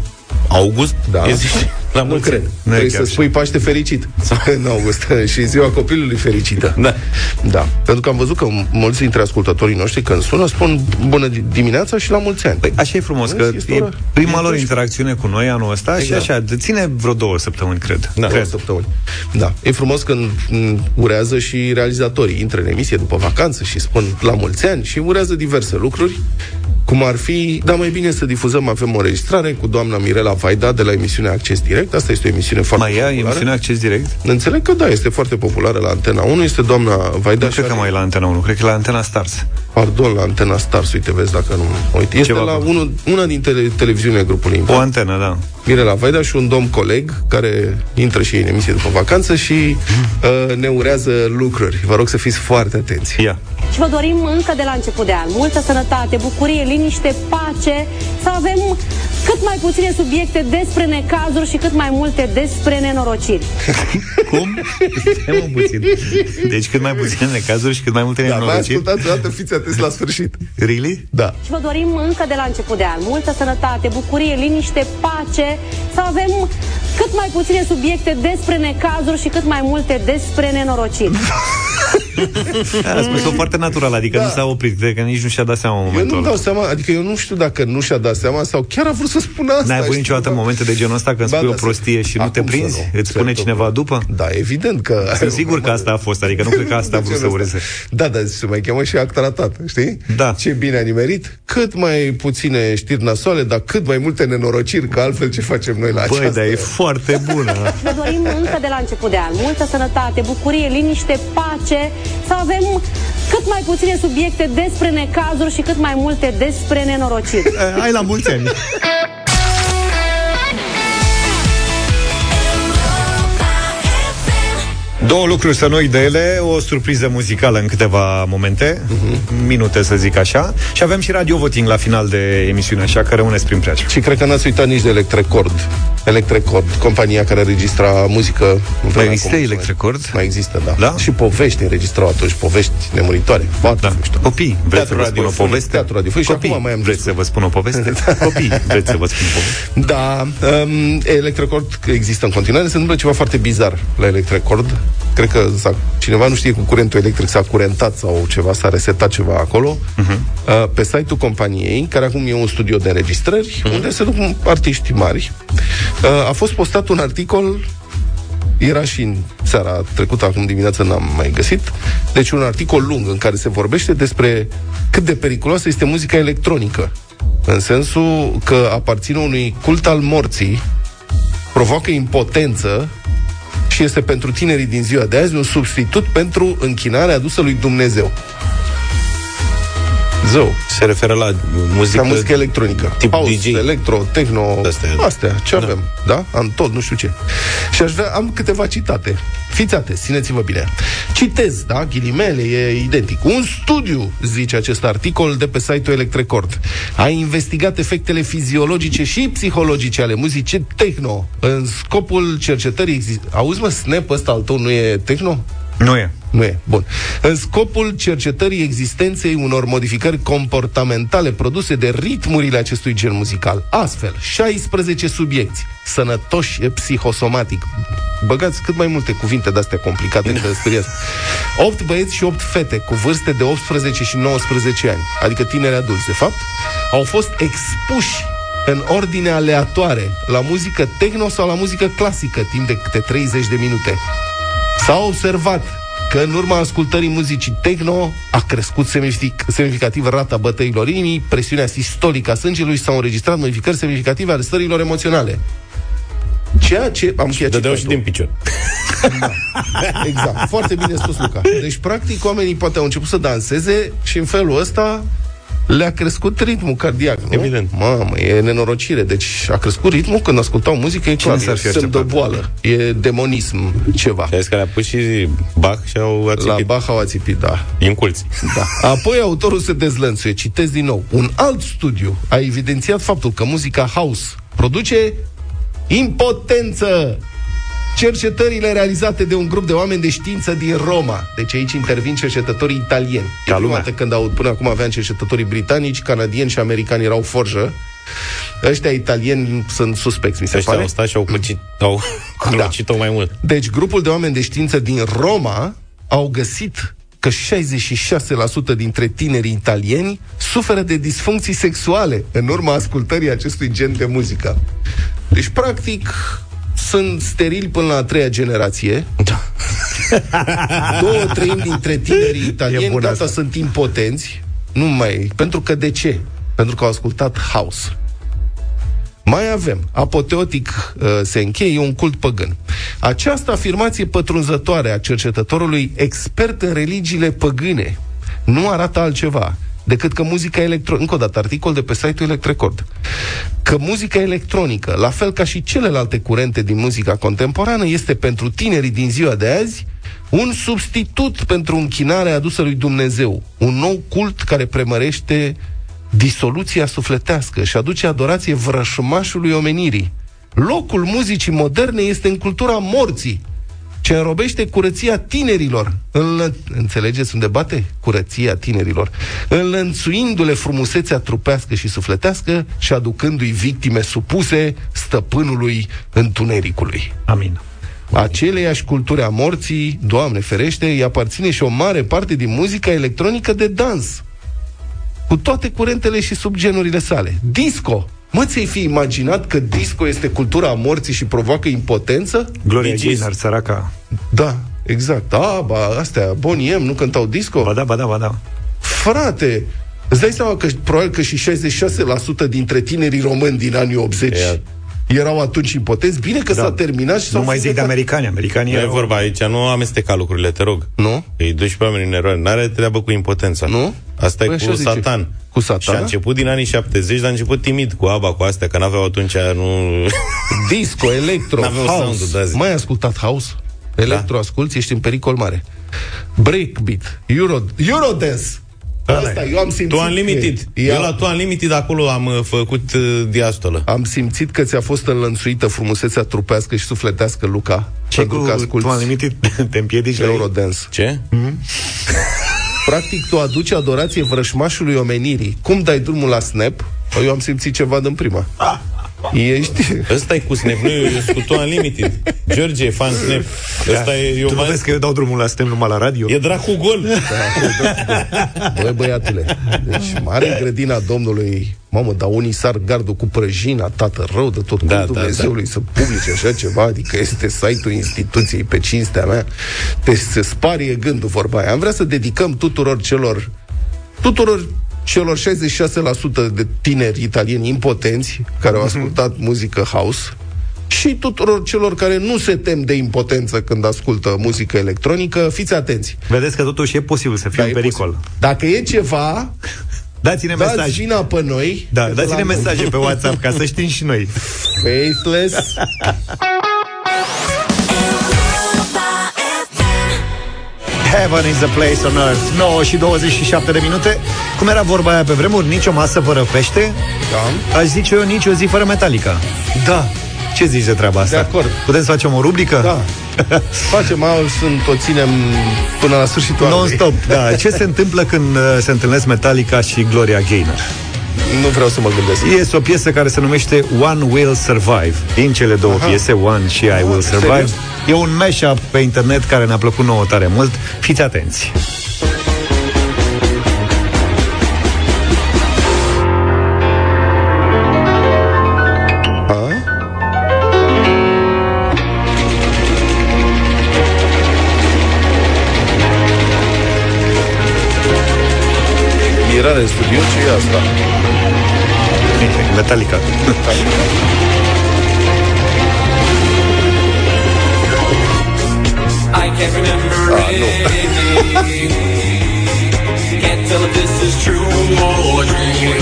august, Da. îi zici, la Nu mulți cred. ani. Nu e Trebuie chiar să așa. spui Paște fericit. În august. și ziua copilului fericită. Da. Da. Pentru că am văzut că mulți dintre ascultătorii noștri când sună spun bună di- dimineața și la mulți ani. Păi așa e frumos, că Vezi, este e ora- prima e lor 12. interacțiune cu noi anul ăsta Exact. și așa, de- ține vreo două săptămâni, cred. Da, cred. două săptămâni. Da. E frumos când m, urează și realizatorii. Intră în emisie după vacanță și spun la mulți ani și urează diverse lucruri, cum ar fi, da, mai bine să difuzăm, avem o înregistrare cu doamna Mirela Vaida de la emisiunea Acces Direct. Asta este o emisiune foarte Mai ia populară. emisiunea acces direct? Înțeleg că da, este foarte populară la Antena 1, este doamna Vaida Nu și cred că are- mai e la Antena 1, cred că e la Antena Stars. Pardon, la Antena Stars, uite, vezi dacă nu uite. Este Ceva la acolo. unul, una din tele, televiziunile grupului O Impact. antenă, da. Mirela Vaida și un domn coleg care intră și ei în emisie după vacanță și uh, ne urează lucruri. Vă rog să fiți foarte atenți. Ia. Și vă dorim încă de la început de an multă sănătate, bucurie, liniște, pace, să avem cât mai puține subiecte despre necazuri și cât mai multe despre nenorociri. Cum? Stai mă puțin. Deci cât mai puține necazuri și cât mai multe Da, mai nenorociri. ascultați o dată, fiți atenți la sfârșit. Really? Da. Și vă dorim încă de la început de an multă sănătate, bucurie, liniște, pace, să avem cât mai puține subiecte despre necazuri și cât mai multe despre nenorociri. Da, a spus-o foarte natural, adică nu s-a oprit, cred că nici nu și-a dat seama în Eu momentul nu ăla. dau seama, adică eu nu știu dacă nu și-a dat seama sau chiar a vrut să spună asta. N-ai avut știi, niciodată da? momente de genul ăsta când Ba, spui da, o prostie să- și nu te acum să prinzi? nu. Îți spune Cred că cineva nu. după? Da, evident că... Sunt sigur că asta a fost, adică nu cred că asta a De vrut să genul ureze. ăsta. Da, dar se mai cheamă și act ratat, știi? Da. Ce bine a nimerit, cât mai puține știri nasoale, dar cât mai multe nenorociri, că altfel ce facem noi la Băi, această... dar e foarte bună. Și vă dorim încă de la început de an multă sănătate, bucurie, liniște, pace, să avem cât mai puține subiecte despre necazuri și cât mai multe despre nenorociri. Ai la mulți ani. Două lucruri să noi de ele, o surpriză muzicală în câteva momente, Mhm. minute să zic așa, și avem și radio voting la final de emisiune, așa că rămâneți prin preajmă. Și cred că n-ați uitat nici de Electrecord. Electrecord, compania care registra muzică. în vremea există comunismului. Electrecord? Mai există, da. Da? Și povești înregistrau atunci, povești nemuritoare. Poate, Da. nu știu. Copii, vreți să vă Teatru spun o radiofonic, poveste? teatru radiofonic. Și Copii, acum mai am vreți să vă spun o poveste? Copii, vreți să vă spun o poveste? Da, um, Electrecord există în continuare, se întâmplă ceva foarte bizar la Electrecord. Cred că s-a, cineva nu știe cu curentul electric s-a curentat sau ceva, s-a resetat ceva acolo. Uh-huh. Mhm. Uh, pe site-ul companiei, care acum e un studio de înregistrări, Mhm. uh-huh. unde se duc artiști mari, uh, a fost postat un articol era și în seara trecută, acum dimineață n-am mai găsit. Deci un articol lung în care se vorbește despre cât de periculoasă este muzica electronică. În sensul că aparține unui cult al morții, provoacă impotență și este pentru tinerii din ziua de azi un substitut pentru închinarea adusă lui Dumnezeu. Zău. Se referă la muzică... La muzică electronică. tip House, DJ. electro, techno, Astea. astea, astea ce da. avem, da? Am tot, nu știu ce. Și aș vrea, am câteva citate. Fiți atenți, țineți-vă bine. Citez, da? Ghilimele, e identic. Un studiu, zice acest articol de pe site-ul Electrecord, a investigat efectele fiziologice și psihologice ale muzicii techno în scopul cercetării... exi- Auzi, mă, snap ăsta al tău nu e techno? Nu e. Nu e. Bun. În scopul cercetării existenței unor modificări comportamentale produse de ritmurile acestui gen muzical. Astfel, 16 subiecți sănătoși psihosomatic. Băgați cât mai multe cuvinte de-astea complicate, că speriați. 8 băieți și 8 fete cu vârste de 18 și 19 ani, adică tineri adulți, de fapt, au fost expuși în ordine aleatoare la muzică techno sau la muzică clasică timp de câte 30 de minute. S-a observat că în urma ascultării muzicii techno a crescut semnific- semnificativ rata bătăilor inimii, presiunea sistolică a sângelui și s-au înregistrat modificări semnificative ale stărilor emoționale. Ceea ce am încheiat Dădeau și citatul. din picior. Exact, foarte bine spus Luca. Deci practic oamenii poate au început să danseze și în felul ăsta le-a crescut ritmul cardiac, nu? Evident. Mamă, e nenorocire. Deci a crescut ritmul când ascultau muzică, e clar, s-ar e fi semn de așteptat? boală, e demonism, ceva. Ai zis că le-a pus și Bach și au La ațipit Bach au ațipit, da. din culți. Da. Apoi autorul se dezlănțuie. Citez din nou. Un alt studiu a evidențiat faptul că muzica house produce impotență. Cercetările realizate de un grup de oameni de știință din Roma. Deci aici intervin cercetătorii italieni. E prima dată când au, până acum aveam cercetătorii britanici, canadieni și americani erau forjă. Ăștia italieni sunt suspecți, mi se Ăștia pare. Da. au stat și au cucit, au clocit-o mai mult. Deci grupul de oameni de știință din Roma au găsit că 66% dintre tinerii italieni suferă de disfuncții sexuale în urma ascultării acestui gen de muzică. Deci, practic, sunt sterili până la a treia generație. Da. Două treimi dintre tinerii italieni gata asta. sunt impotenți. Nu mai... Pentru că de ce? Pentru că au ascultat house. Mai avem, apoteotic uh, se încheie, e un cult păgân. Această afirmație pătrunzătoare a cercetătorului expert în religiile păgâne nu arată altceva decât că muzica electronică, încă o dată, articol de pe site-ul Electrecord, că muzica electronică, la fel ca și celelalte curente din muzica contemporană, este pentru tinerii din ziua de azi un substitut pentru închinarea adusă lui Dumnezeu, un nou cult care premărește disoluția sufletească și aduce adorație vrășmașului omenirii. Locul muzicii moderne este în cultura morții, ce înrobește curăția tinerilor. Înlă... Înțelegeți unde bate? Curăția tinerilor. Înlănțuindu-le frumusețea trupească și sufletească și aducându-i victime supuse stăpânului întunericului. Amin. Aceleiași culturi a morții, Doamne ferește, îi aparține și o mare parte din muzica electronică de dans. Cu toate curentele și subgenurile sale. Disco! Mă, ți-ai fi imaginat că disco este cultura a morții și provoacă impotență? Gloria Bee Gees. Gaynor, săraca. Da, exact. Aba, astea, Bonnie M, nu cântau disco? Ba da, ba da, ba da. Frate, îți dai seama că probabil că și 66% dintre tinerii români din anii 80 Ea. erau atunci impotenți. Bine că s-a terminat și s-au Nu mai zic de vindecat. americani. Americanii Nu e erau... vorba aici, nu amesteca lucrurile, te rog. Nu? Îi duci pe oameni în eroare. N-are treabă cu impotența. Nu? Asta Păi e așa cu zice. satan. Cu Satan, Și a da? început din anii 70, dar a început timid cu aba, cu astea, că n-aveau atunci, nu... Disco, electro, N-aveau house. sound-ul de azi. Da. Mai ascultat house? Electroasculți, ești în pericol mare. Breakbeat, Euro, Eurodance. Asta, eu am simțit Tu Unlimited. că- Eu la Tu Unlimited acolo am uh, făcut uh, diastolă. Am simțit că ți-a fost înlănțuită frumusețea trupească și sufletească, Luca. Ce pentru că cu asculti tu limitit? Te împiedici la ei? Eurodance. Ce? Mm. Practic, tu aduci adorație vrășmașului omenirii. Cum dai drumul la Snap? Eu am simțit ceva din prima. Ah. Ești... Ăsta e cu Snap, nu eu, eu sunt cu Tu Unlimited. George e fan Snap. Ăsta e, eu Da. Tu nu mai... vezi că eu dau drumul la stem numai la radio? E dracu gol. Băi, băiatule, deci mare grădina domnului... Mamă, dar unii sar gardul cu prăjina, tată rău de tot, Da, da, da, cum Dumnezeului da, să publice așa ceva, adică este site-ul instituției pe cinstea mea, deci se sparie gândul vorba aia. Am vrea să dedicăm tuturor celor, tuturor celor 66% de tineri italieni impotenți care au ascultat muzică house, și tuturor celor care nu se tem de impotență când ascultă muzică electronică, fiți atenți. Vedeți că totuși e posibil să fii Da, în e pericol. posibil. Dacă e ceva, Dați-ne Da, dați mesaj. vina pe noi. Da, că dați-ne l-am mesaje pe WhatsApp ca să știm și noi. Faithless. Heaven is a place on earth 9 și 27 de minute Cum era vorba aia pe vremuri? Nici o masă fără pește Da. Aș zice eu nici o zi fără Metallica Da Ce zici de treaba asta? De acord. Putem să facem o rubrică? Da. Facem auz, sunt, o ținem până la sfârșitul anului. Non-stop, da. Ce se întâmplă când uh, se întâlnesc Metallica și Gloria Gaynor? Nu vreau să mă gândesc. Este o piesă care se numește One Will Survive. Din cele două Aha. piese, One și I Will Survive. serios? E un mashup pe internet care ne-a plăcut nouă tare mult. Fiți atenți! Mirare în studio, ce e asta? Metallica. I can't remember anything. can't tell if this is true or a dream.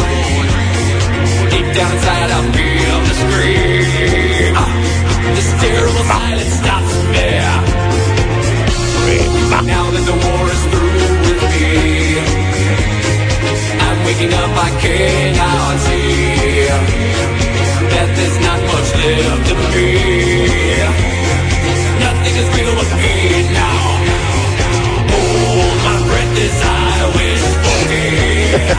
Deep down inside, I feel the scream. Ah, this terrible silence stops me. Now that the war is through with me, I'm waking up. I cannot see that there's not much left of me. Nothing is real with me now. Hold my breath as I whisper here.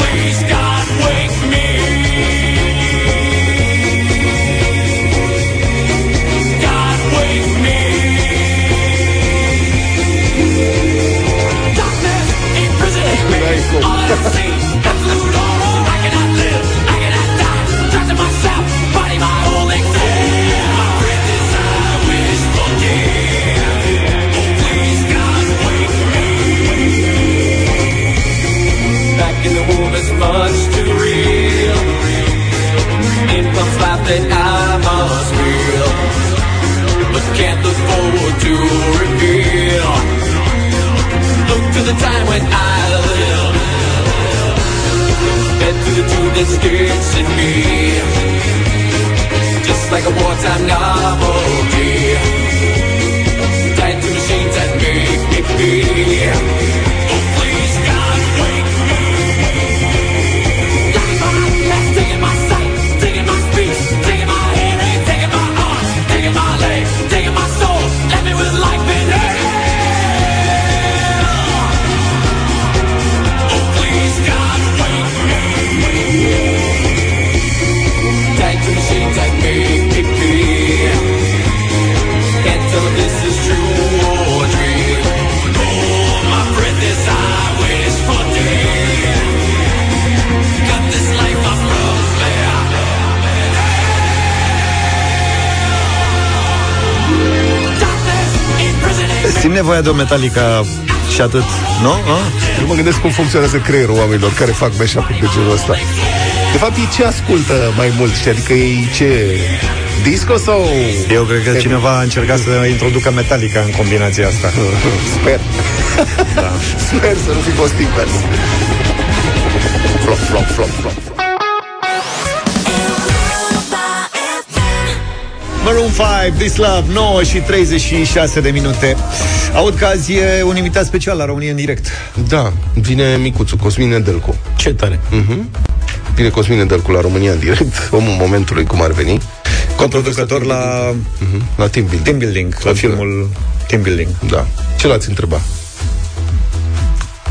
Please God, wake me. God, wake me. Darkness imprisoning me. All I see, absolute horror. I cannot live. I cannot die. Trapped in myself, body my whole existence. My breath is I whisper here. Oh, please God, wake me. Back in the womb is much too real. It comes life that I must feel. But can't look forward to reveal. Look to the time when I live. Bed to the tune that sticks in me. Just like a wartime novelty. Tied to machines that make me feel. Oh, please, God, wake me. Taking my last, taking my sight, taking my speech, taking my hearing, taking my arms, taking my legs, taking my soul. Let me with life and hell. Oh, please, God, wake me. Tied to machines that make me feel. Can't tell if this is true or a dream. Hold my breath as I wish for dear. Cut this life off from me. Darkness imprisoning me. Simt nevoia de o Metallica și atât, nu? A? Eu mă gândesc cum funcționează creierul oamenilor care fac meșa pe genul ăsta. De fapt, ei ce ascultă mai mult? Știi? Adică ei ce... Disco sau... Eu cred că Te- cineva a încercat să introducă Metallica în combinația asta. Sper. Da. Sper să nu fi fost invers. Flop, flop, flop, flop. Maroon 5, This Love, 9 și 36 de minute. Aud că azi e un invitat special la România în direct. Da, vine micuțul Cosmin Nedelcu. Ce tare. Vine Cosmin Nedelcu la România în direct, omul momentului cum ar veni, Coproducător la Mhm. la team building. Team Building, la filmul Team Building. Da. Ce l-ați întrebat?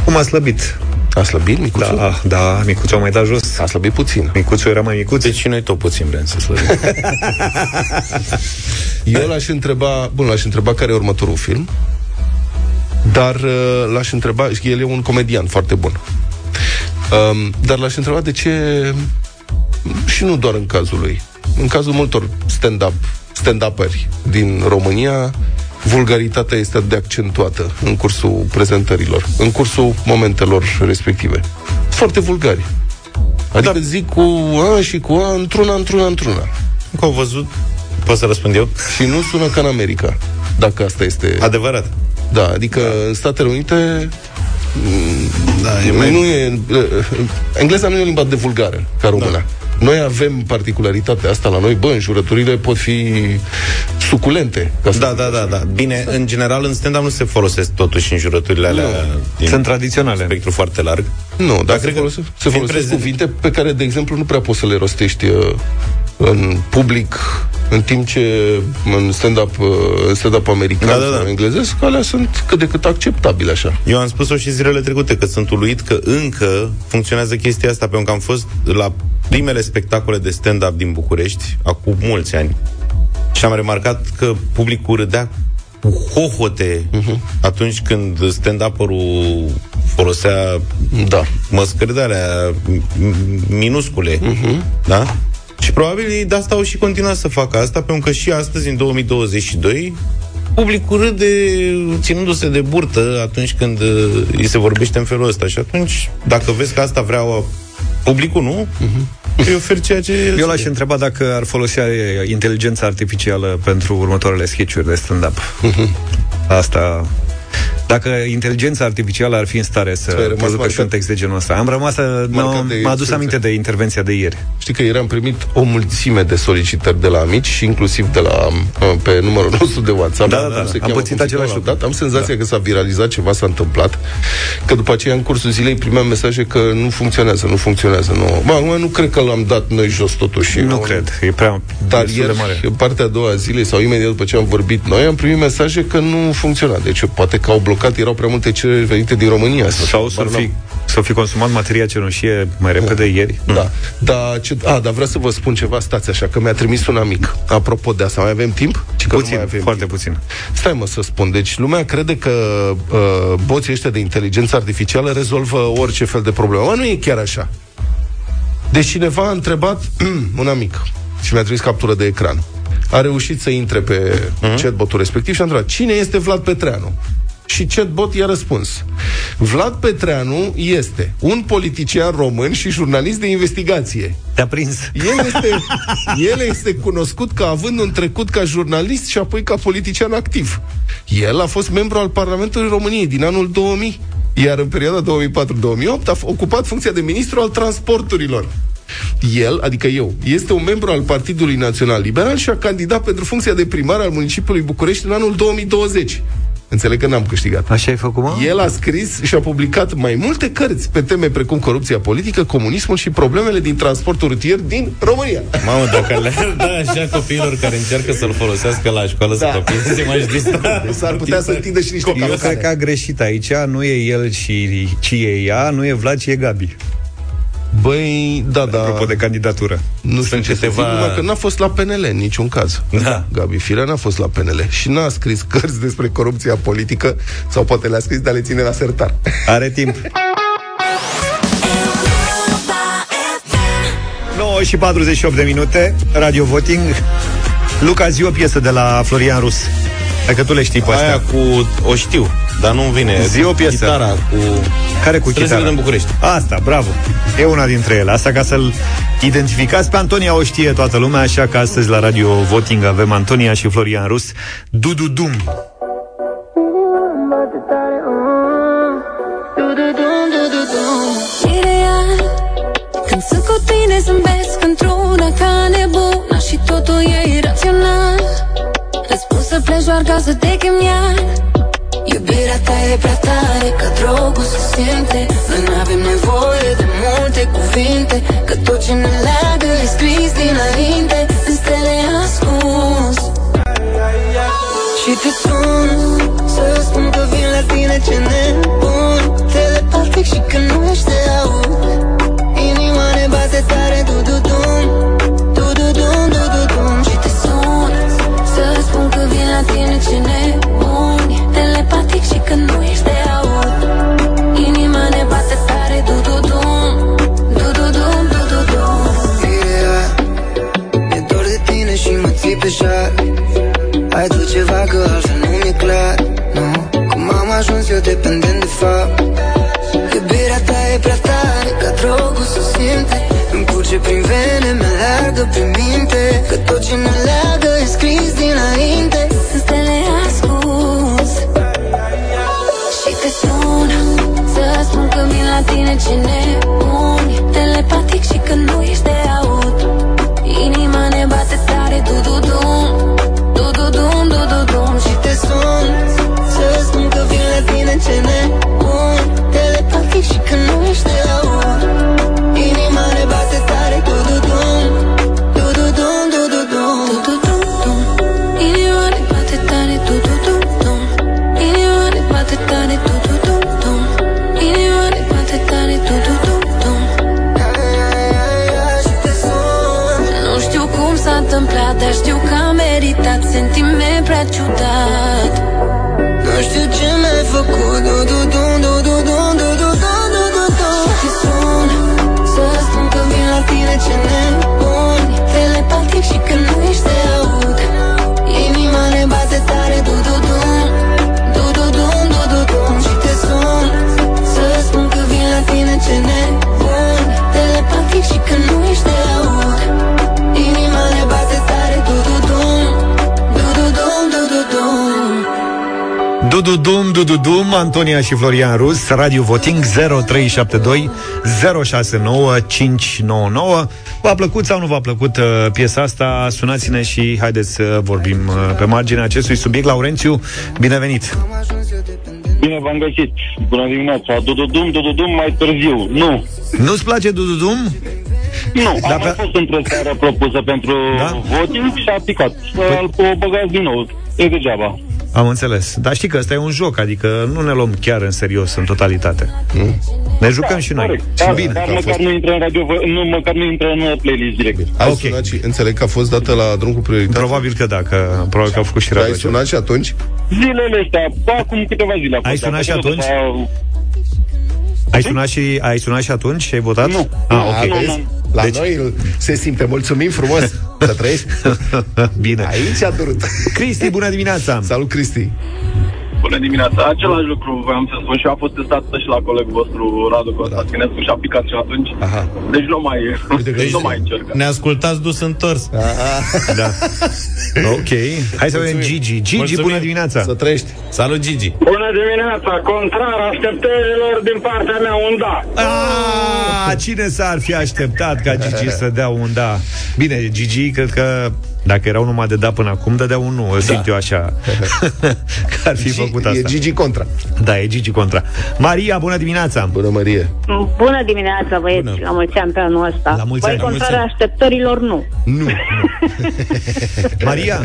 Cum a slăbit? A slăbit micuțul? Da, da, micuțul a mai dat jos. A slăbit puțin. Micuțul era mai micuț. Deci și noi tot puțin vrem să slăbim. Eu l-aș întreba, bun, l-aș întreba care e următorul film, dar uh, l-aș întreba, știi, el e un comedian foarte bun, Um, dar l-aș întreba de ce, și nu doar în cazul lui, în cazul multor stand-up, stand-uperi din România, vulgaritatea este de accentuată în cursul prezentărilor, în cursul momentelor respective. Foarte vulgari. Adică da. zic cu a și cu a, într-una, într-una, într-una. Că au văzut, pot să răspund eu? Și nu sună ca în America, dacă asta este... Adevărat. Da, adică da. în Statele Unite Da, e nu e... Engleza nu e o limbă de vulgară, ca româna. Da. Noi avem particularitatea asta la noi, bă, înjurăturile pot fi suculente. Ca să- Da, da, da, da. Bine, în general în stand-up nu se folosesc totuși înjurăturile alea din Sunt tradiționale. spectru foarte larg. Nu, dar se cred că folosesc, se fiind folosesc prezent- cuvinte pe care, de exemplu, nu prea poți să le rostești uh, în public, în timp ce în stand-up, uh, în stand-up american Da, da, da. sau englezesc, alea sunt cât de cât acceptabile așa. Eu am spus-o și zilele trecute că sunt uluit că încă funcționează chestia asta, pentru că am fost la primele spectacole de stand-up din București, acum mulți ani, și am remarcat că publicul râdea cu hohote uh-huh. atunci când stand-up-ul folosea Da. măscări de alea m- m- minuscule, uh-huh. da? Și probabil de asta au și continuat să facă asta, pentru că și astăzi, în 2022, publicul râde ținându-se de burtă atunci când uh, îi se vorbește în felul ăsta. Și atunci, dacă vezi că asta vrea uh, publicul, nu? Uh-huh. Îi oferi ceea ce... Eu l-aș întreba dacă ar folosi e, inteligența artificială pentru următoarele sketch-uri de stand-up. Mhm. Asta... Dacă inteligența artificială ar fi în stare ai să rămas producă și marcat- un text de genul ăsta. Am rămas... să- Marcat n-am- de M-a adus experiență. aminte de intervenția de ieri. Știi că ieri am primit o mulțime de solicitări de la amici și inclusiv de la uh, pe numărul nostru de WhatsApp. Da, da, da. Nu se Am cheamă pățit cum se același cheamă, lucru. am Dat. Am senzația da. că s-a viralizat ceva, s-a întâmplat. Că după aceea în cursul zilei primeam mesaje că nu funcționează, nu funcționează. Nu. Bă, acum nu cred că l-am dat noi jos totuși. Nu Eu- cred. E prea... Dar destul de ieri, mare. în partea a doua a zilei sau imediat după ce am vorbit noi, am primit mesaje că nu funcționa. Deci poate că au blocat, erau prea multe cereri venite din România. Sau să Habar n-am. fi, să fi consumat materia cenușie mai repede ieri. Da. Da, ce, a, dar vreau să vă spun ceva, stați așa, că mi-a trimis un amic. Apropo de asta, mai avem timp? Ci că nu mai Puțin, avem foarte puțin. Stai mă să spun, deci lumea crede că uh, boții ăștia de inteligență artificială rezolvă orice fel de problemă. Mă, nu e chiar așa. Deci cineva a întrebat un amic și mi-a trimis captură de ecran. A reușit să intre pe uh-huh. chatbotul respectiv și a întrebat cine este Vlad Petreanu? Și chatbot i-a răspuns. Vlad Petreanu este un politician român și jurnalist de investigație. Te-a prins. El este, el este cunoscut ca având un trecut ca jurnalist și apoi ca politician activ. El a fost membru al Parlamentului României din anul 2000, iar în perioada 2004-2008 a f- ocupat funcția de ministru al transporturilor. El, adică eu, este un membru al Partidului Național Liberal și a candidat pentru funcția de primar al municipiului București în anul 2020. Înțeleg că n-am câștigat. Așa ai făcut, mă? El a scris și a publicat mai multe cărți pe teme precum corupția politică, comunismul și problemele din transportul rutier din România. Mamă, dacă le-ar da așa copiilor care încearcă să-l folosească la școală, da. să copii, să se mai distra. Deci S-ar putea să întindă și niște Eu cred că a greșit aici, nu e el și ci e ea, nu e Vlad, ci e Gabi. Băi, da, da, Apropo de candidatură. nu știu ce câteva... câteva- să zic, numai că n-a fost la PNL în niciun caz. Da. Gabi Firea n-a fost la PNL și n-a scris cărți despre corupția politică sau poate le-a scris, dar le ține la sertar. Are timp. 9 și 48 de minute, Radio Voting. Luca, zi o piesă de la Florian Rus. Dacă tu le știi pe astea. Aia cu... O știu, dar nu-mi vine. Zi o piesă. Chitara cu... Care cu Străzile chitara? din București. Asta, bravo. E una dintre ele. Asta ca să-l identificați pe Antonia, o știe toată lumea, așa că astăzi la Radio Voting avem Antonia și Florian Rus. Dududum. Ideal Când sunt cu tine zâmbesc într-una ca nebuna Și totul e irațional doar ca să te chem iar Iubirea ta e prea tare Ca drogul se simte Noi n-avem nevoie de multe cuvinte Că tot ce ne leagă e scris dinainte În stele ascuns Și te sun Să spun că vin la tine ce nebun Telepatic și că nu ești de aud Inima ne bate tare Du-du-dum Du-du-dum, du-du-dum Și te sun Să spun că vin la tine ce nebuni Telepatic și că nu ești de aud Inima ne bate tare Du-du-dum Du-du-dum, du-du-dum Ideea Mi-e dor de tine și mă ții pe șar Ai tu ceva că altfel nu mi-e clar Nu, cum am ajuns eu dependent de fapt Iubirea ta e prea tare Ca drogul să simte Îmi curge prin vene, mă leagă prin minte Că tot ce ne leagă e scris dinainte În stele ascuns Și te sun Să spun că vin la tine ce nebuni Telepatic și că nu ești de aud Inima ne bate tare Du-du-dum Du-du-dum, du-du-dum Și te sun Să spun că vin la tine ce nebuni Telepatic și că nu ești de aud Inima ne bate tare Du-du-dum Du-du-dum, du-du-dum Du-du-dum-dum Inima ne bate tare Du-du-dum-dum Inima ne bate tare Du-du-dum-dum Inima ne bate tare Du-du-dum-dum Nu știu cum s-a întâmplat Dar știu că am meritat Sentiment prea ciudat Nu știu ce mi-ai făcut du du du du du du du du du du du du Te sun Să spun că vin la tine ce nebuni Telepatic și că nu ești de aud Inima ne bate tare du du du du du du du du du Și te sun Să spun că vin la tine ce nebuni Telepatic și că nu ești de aud Inima ne bate tare du du du du du du du du du Dududum, dududum, Antonia și Florian Rus, Radio Voting 0372 069599. V-a plăcut sau nu v-a plăcut uh, piesa asta? Sunați-ne și haideți să vorbim uh, pe marginea acestui subiect. Laurențiu, binevenit! Bine v-am găsit. Bună dimineața. Dududum, dududum mai târziu. Nu. Nu-ți place dududum? Nu. Dar Da, Am pe- mai fost într-o seară propusă pentru Da? voting și a picat. Păi... O băgați din nou. E degeaba. Am înțeles. Dar știi că ăsta e un joc, adică nu ne luăm chiar în serios în totalitate. Hmm? Ne jucăm și noi. Corect. Dar, Bine. dar că a măcar fost. nu intră în radio, nu, măcar nu intră în playlist direct. Ai Ok. sunat și înțeleg că a fost dată la drum cu prioritate. Probabil că da, că probabil că au făcut și Dar radio. ai sunat și atunci? Zilele astea, acum câteva zile a fost. Ai sunat A și fost atunci? după- Ai sunat și, ai sunat și atunci și ai votat? Nu. Ah, ok. A, vezi? Nu, nu. La Deci- deci... noi îl- se simte. Mulțumim frumos să trăiești. ah, Bine. Aici a durut. Cristi, bună dimineața! Salut, Cristi. Bună dimineața, același lucru voiam să spun și a fost testată și la colegul vostru Radu Constantinescu și a picat și atunci. Aha. Deci nu mai, Deci- nu mai încerc. Ne ascultați dus întors. Da. Da. Ok. Hai să vedem Gigi. Gigi, Mulțumim. bună dimineața! Să trăiești. Salut, Gigi. Bună dimineața, contrar așteptărilor din partea mea un da. Ah, cine s-ar fi așteptat ca Gigi să dea un da? Bine, Gigi, cred că dacă erau numai de da până acum, dădea un nu. Îl simt eu așa că ar fi făcut E asta. Da. Gigi contra. Da, e Gigi contra. Maria, bună dimineața! Bună, Marie. Bună dimineața, băieți, Bună. la mulți ani pe anul ăsta. La mulți ani, Voi la contrarea mulți așteptărilor, nu. Nu. Maria,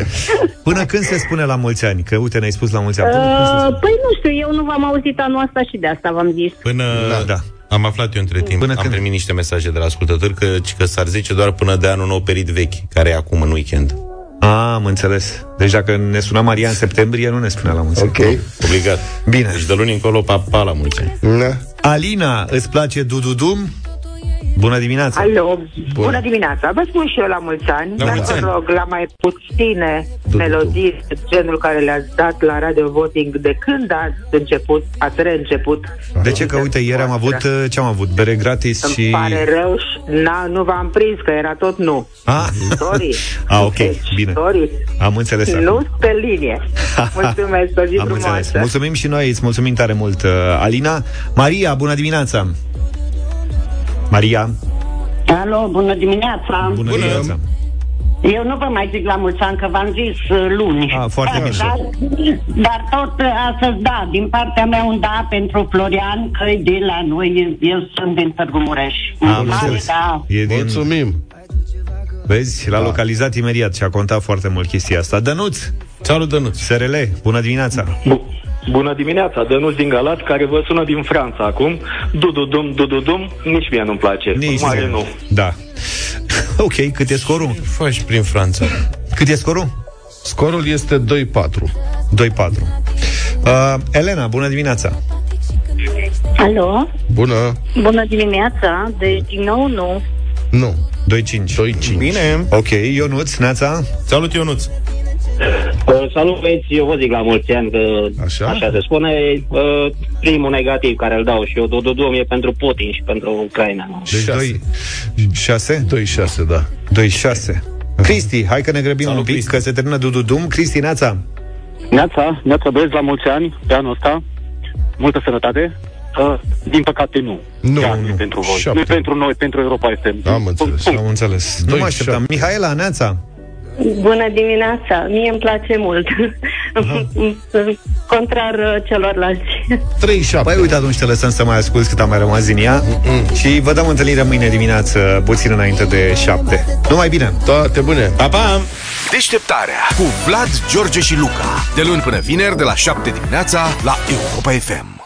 până când se spune la mulți ani? Că uite, ne-ai spus la mulți ani. Până când se Uh, păi nu știu, eu nu v-am auzit anul ăsta și de asta v-am zis. Până... Da, da. Am aflat eu între Până timp, până am când? primit niște mesaje de la ascultători că, că s-ar zice doar până de anul nou perit vechi, care e acum în weekend. A, am înțeles. Deci dacă ne suna Maria în septembrie, nu ne spunea la mulți ani. Ok. Obligat. Bine. Deci de luni încolo, pa, pa la mulți ani. Na. Alina, îți place Dududum? Bună dimineața! Alo, bună dimineața. Vă spun și eu la mulți ani, La dar mulți vă ani. rog, la mai puține du. melodii, genul care le-ați dat la Radio Voting, de când ați început, ați reînceput. De ce? Că uite, ieri am avut, uh, ce am avut? Bere gratis Îmi și... pare rău și na, nu v-am prins, că era tot nu. Ah. Sorry. Deci, Ah, ok, bine. Sorry. Am înțeles acum. Nu pe linie. Mulțumesc, o zi Am înțeles. frumoasă. Mulțumim și noi, îți mulțumim tare mult, uh, Alina. Maria, bună dimineața! Maria, Alo, bună dimineața. bună, bună. dimineața! Eu nu vă mai zic la mulți ani, că v-am zis uh, luni. A, foarte Da, bine. Dar, dar tot uh, astăzi, da, din partea mea un da pentru Florian, că e de la noi, eu sunt din Târgu Mureș. Am Mare, înțeles. Da. E din, Mulțumim! vezi, Da. l-a localizat imediat și a contat foarte mult chestia asta. Dănuț, Salut, Dănuț. SRL, bună dimineața! Bu- Bună dimineața, Dănuț din Galați, care vă sună din Franța acum. Dududum, dududum, nici mie nu-mi place. Nici Mare zero. nu. Da. ok, cât e scorul? Ce faci prin Franța? Cât e scorul? Scorul este 2-4. 2-4. Uh, Elena, bună dimineața! Alo? Bună! Bună dimineața! Deci, din nou, nu. Nu, 2-5. 2-5. Bine. Ok, Ionuț, Neața, Salut, Ionuț. Uh, salut, băieți, eu vă zic la mulți ani, că Așa? așa, așa se spune. Uh, primul negativ care îl dau și eu, dududum, e pentru Putin și pentru Ucraina. deci 2 6 2-6, da. 2 6. Cristi, hai că ne grăbim Salut, un pic, Cristi. că se termină dududum. Cristi, Neața, Neața, neața băieți la mulți ani, pe anul ăsta, multă sănătate. Uh, din păcate nu. Nu, Chiar nu. e pentru voi. Șapte. Nu e pentru noi, pentru Europa FM. Am înțeles. Punct. am înțeles. Nu Doi, mă așteptam. șapte. Mihaela, Neața, Bună dimineața! Mie îmi place mult. Contrar uh, celorlalți. 3-7. Păi uite atunci te lăsăm să mai asculti cât a mai rămas din ea Și vă dăm întâlnire mâine dimineață Puțin înainte de 7 Numai bine! Toate bune! Pa, pa! Deșteptarea cu Vlad, George și Luca. De luni până vineri, de la 7 dimineața, la Europa FM.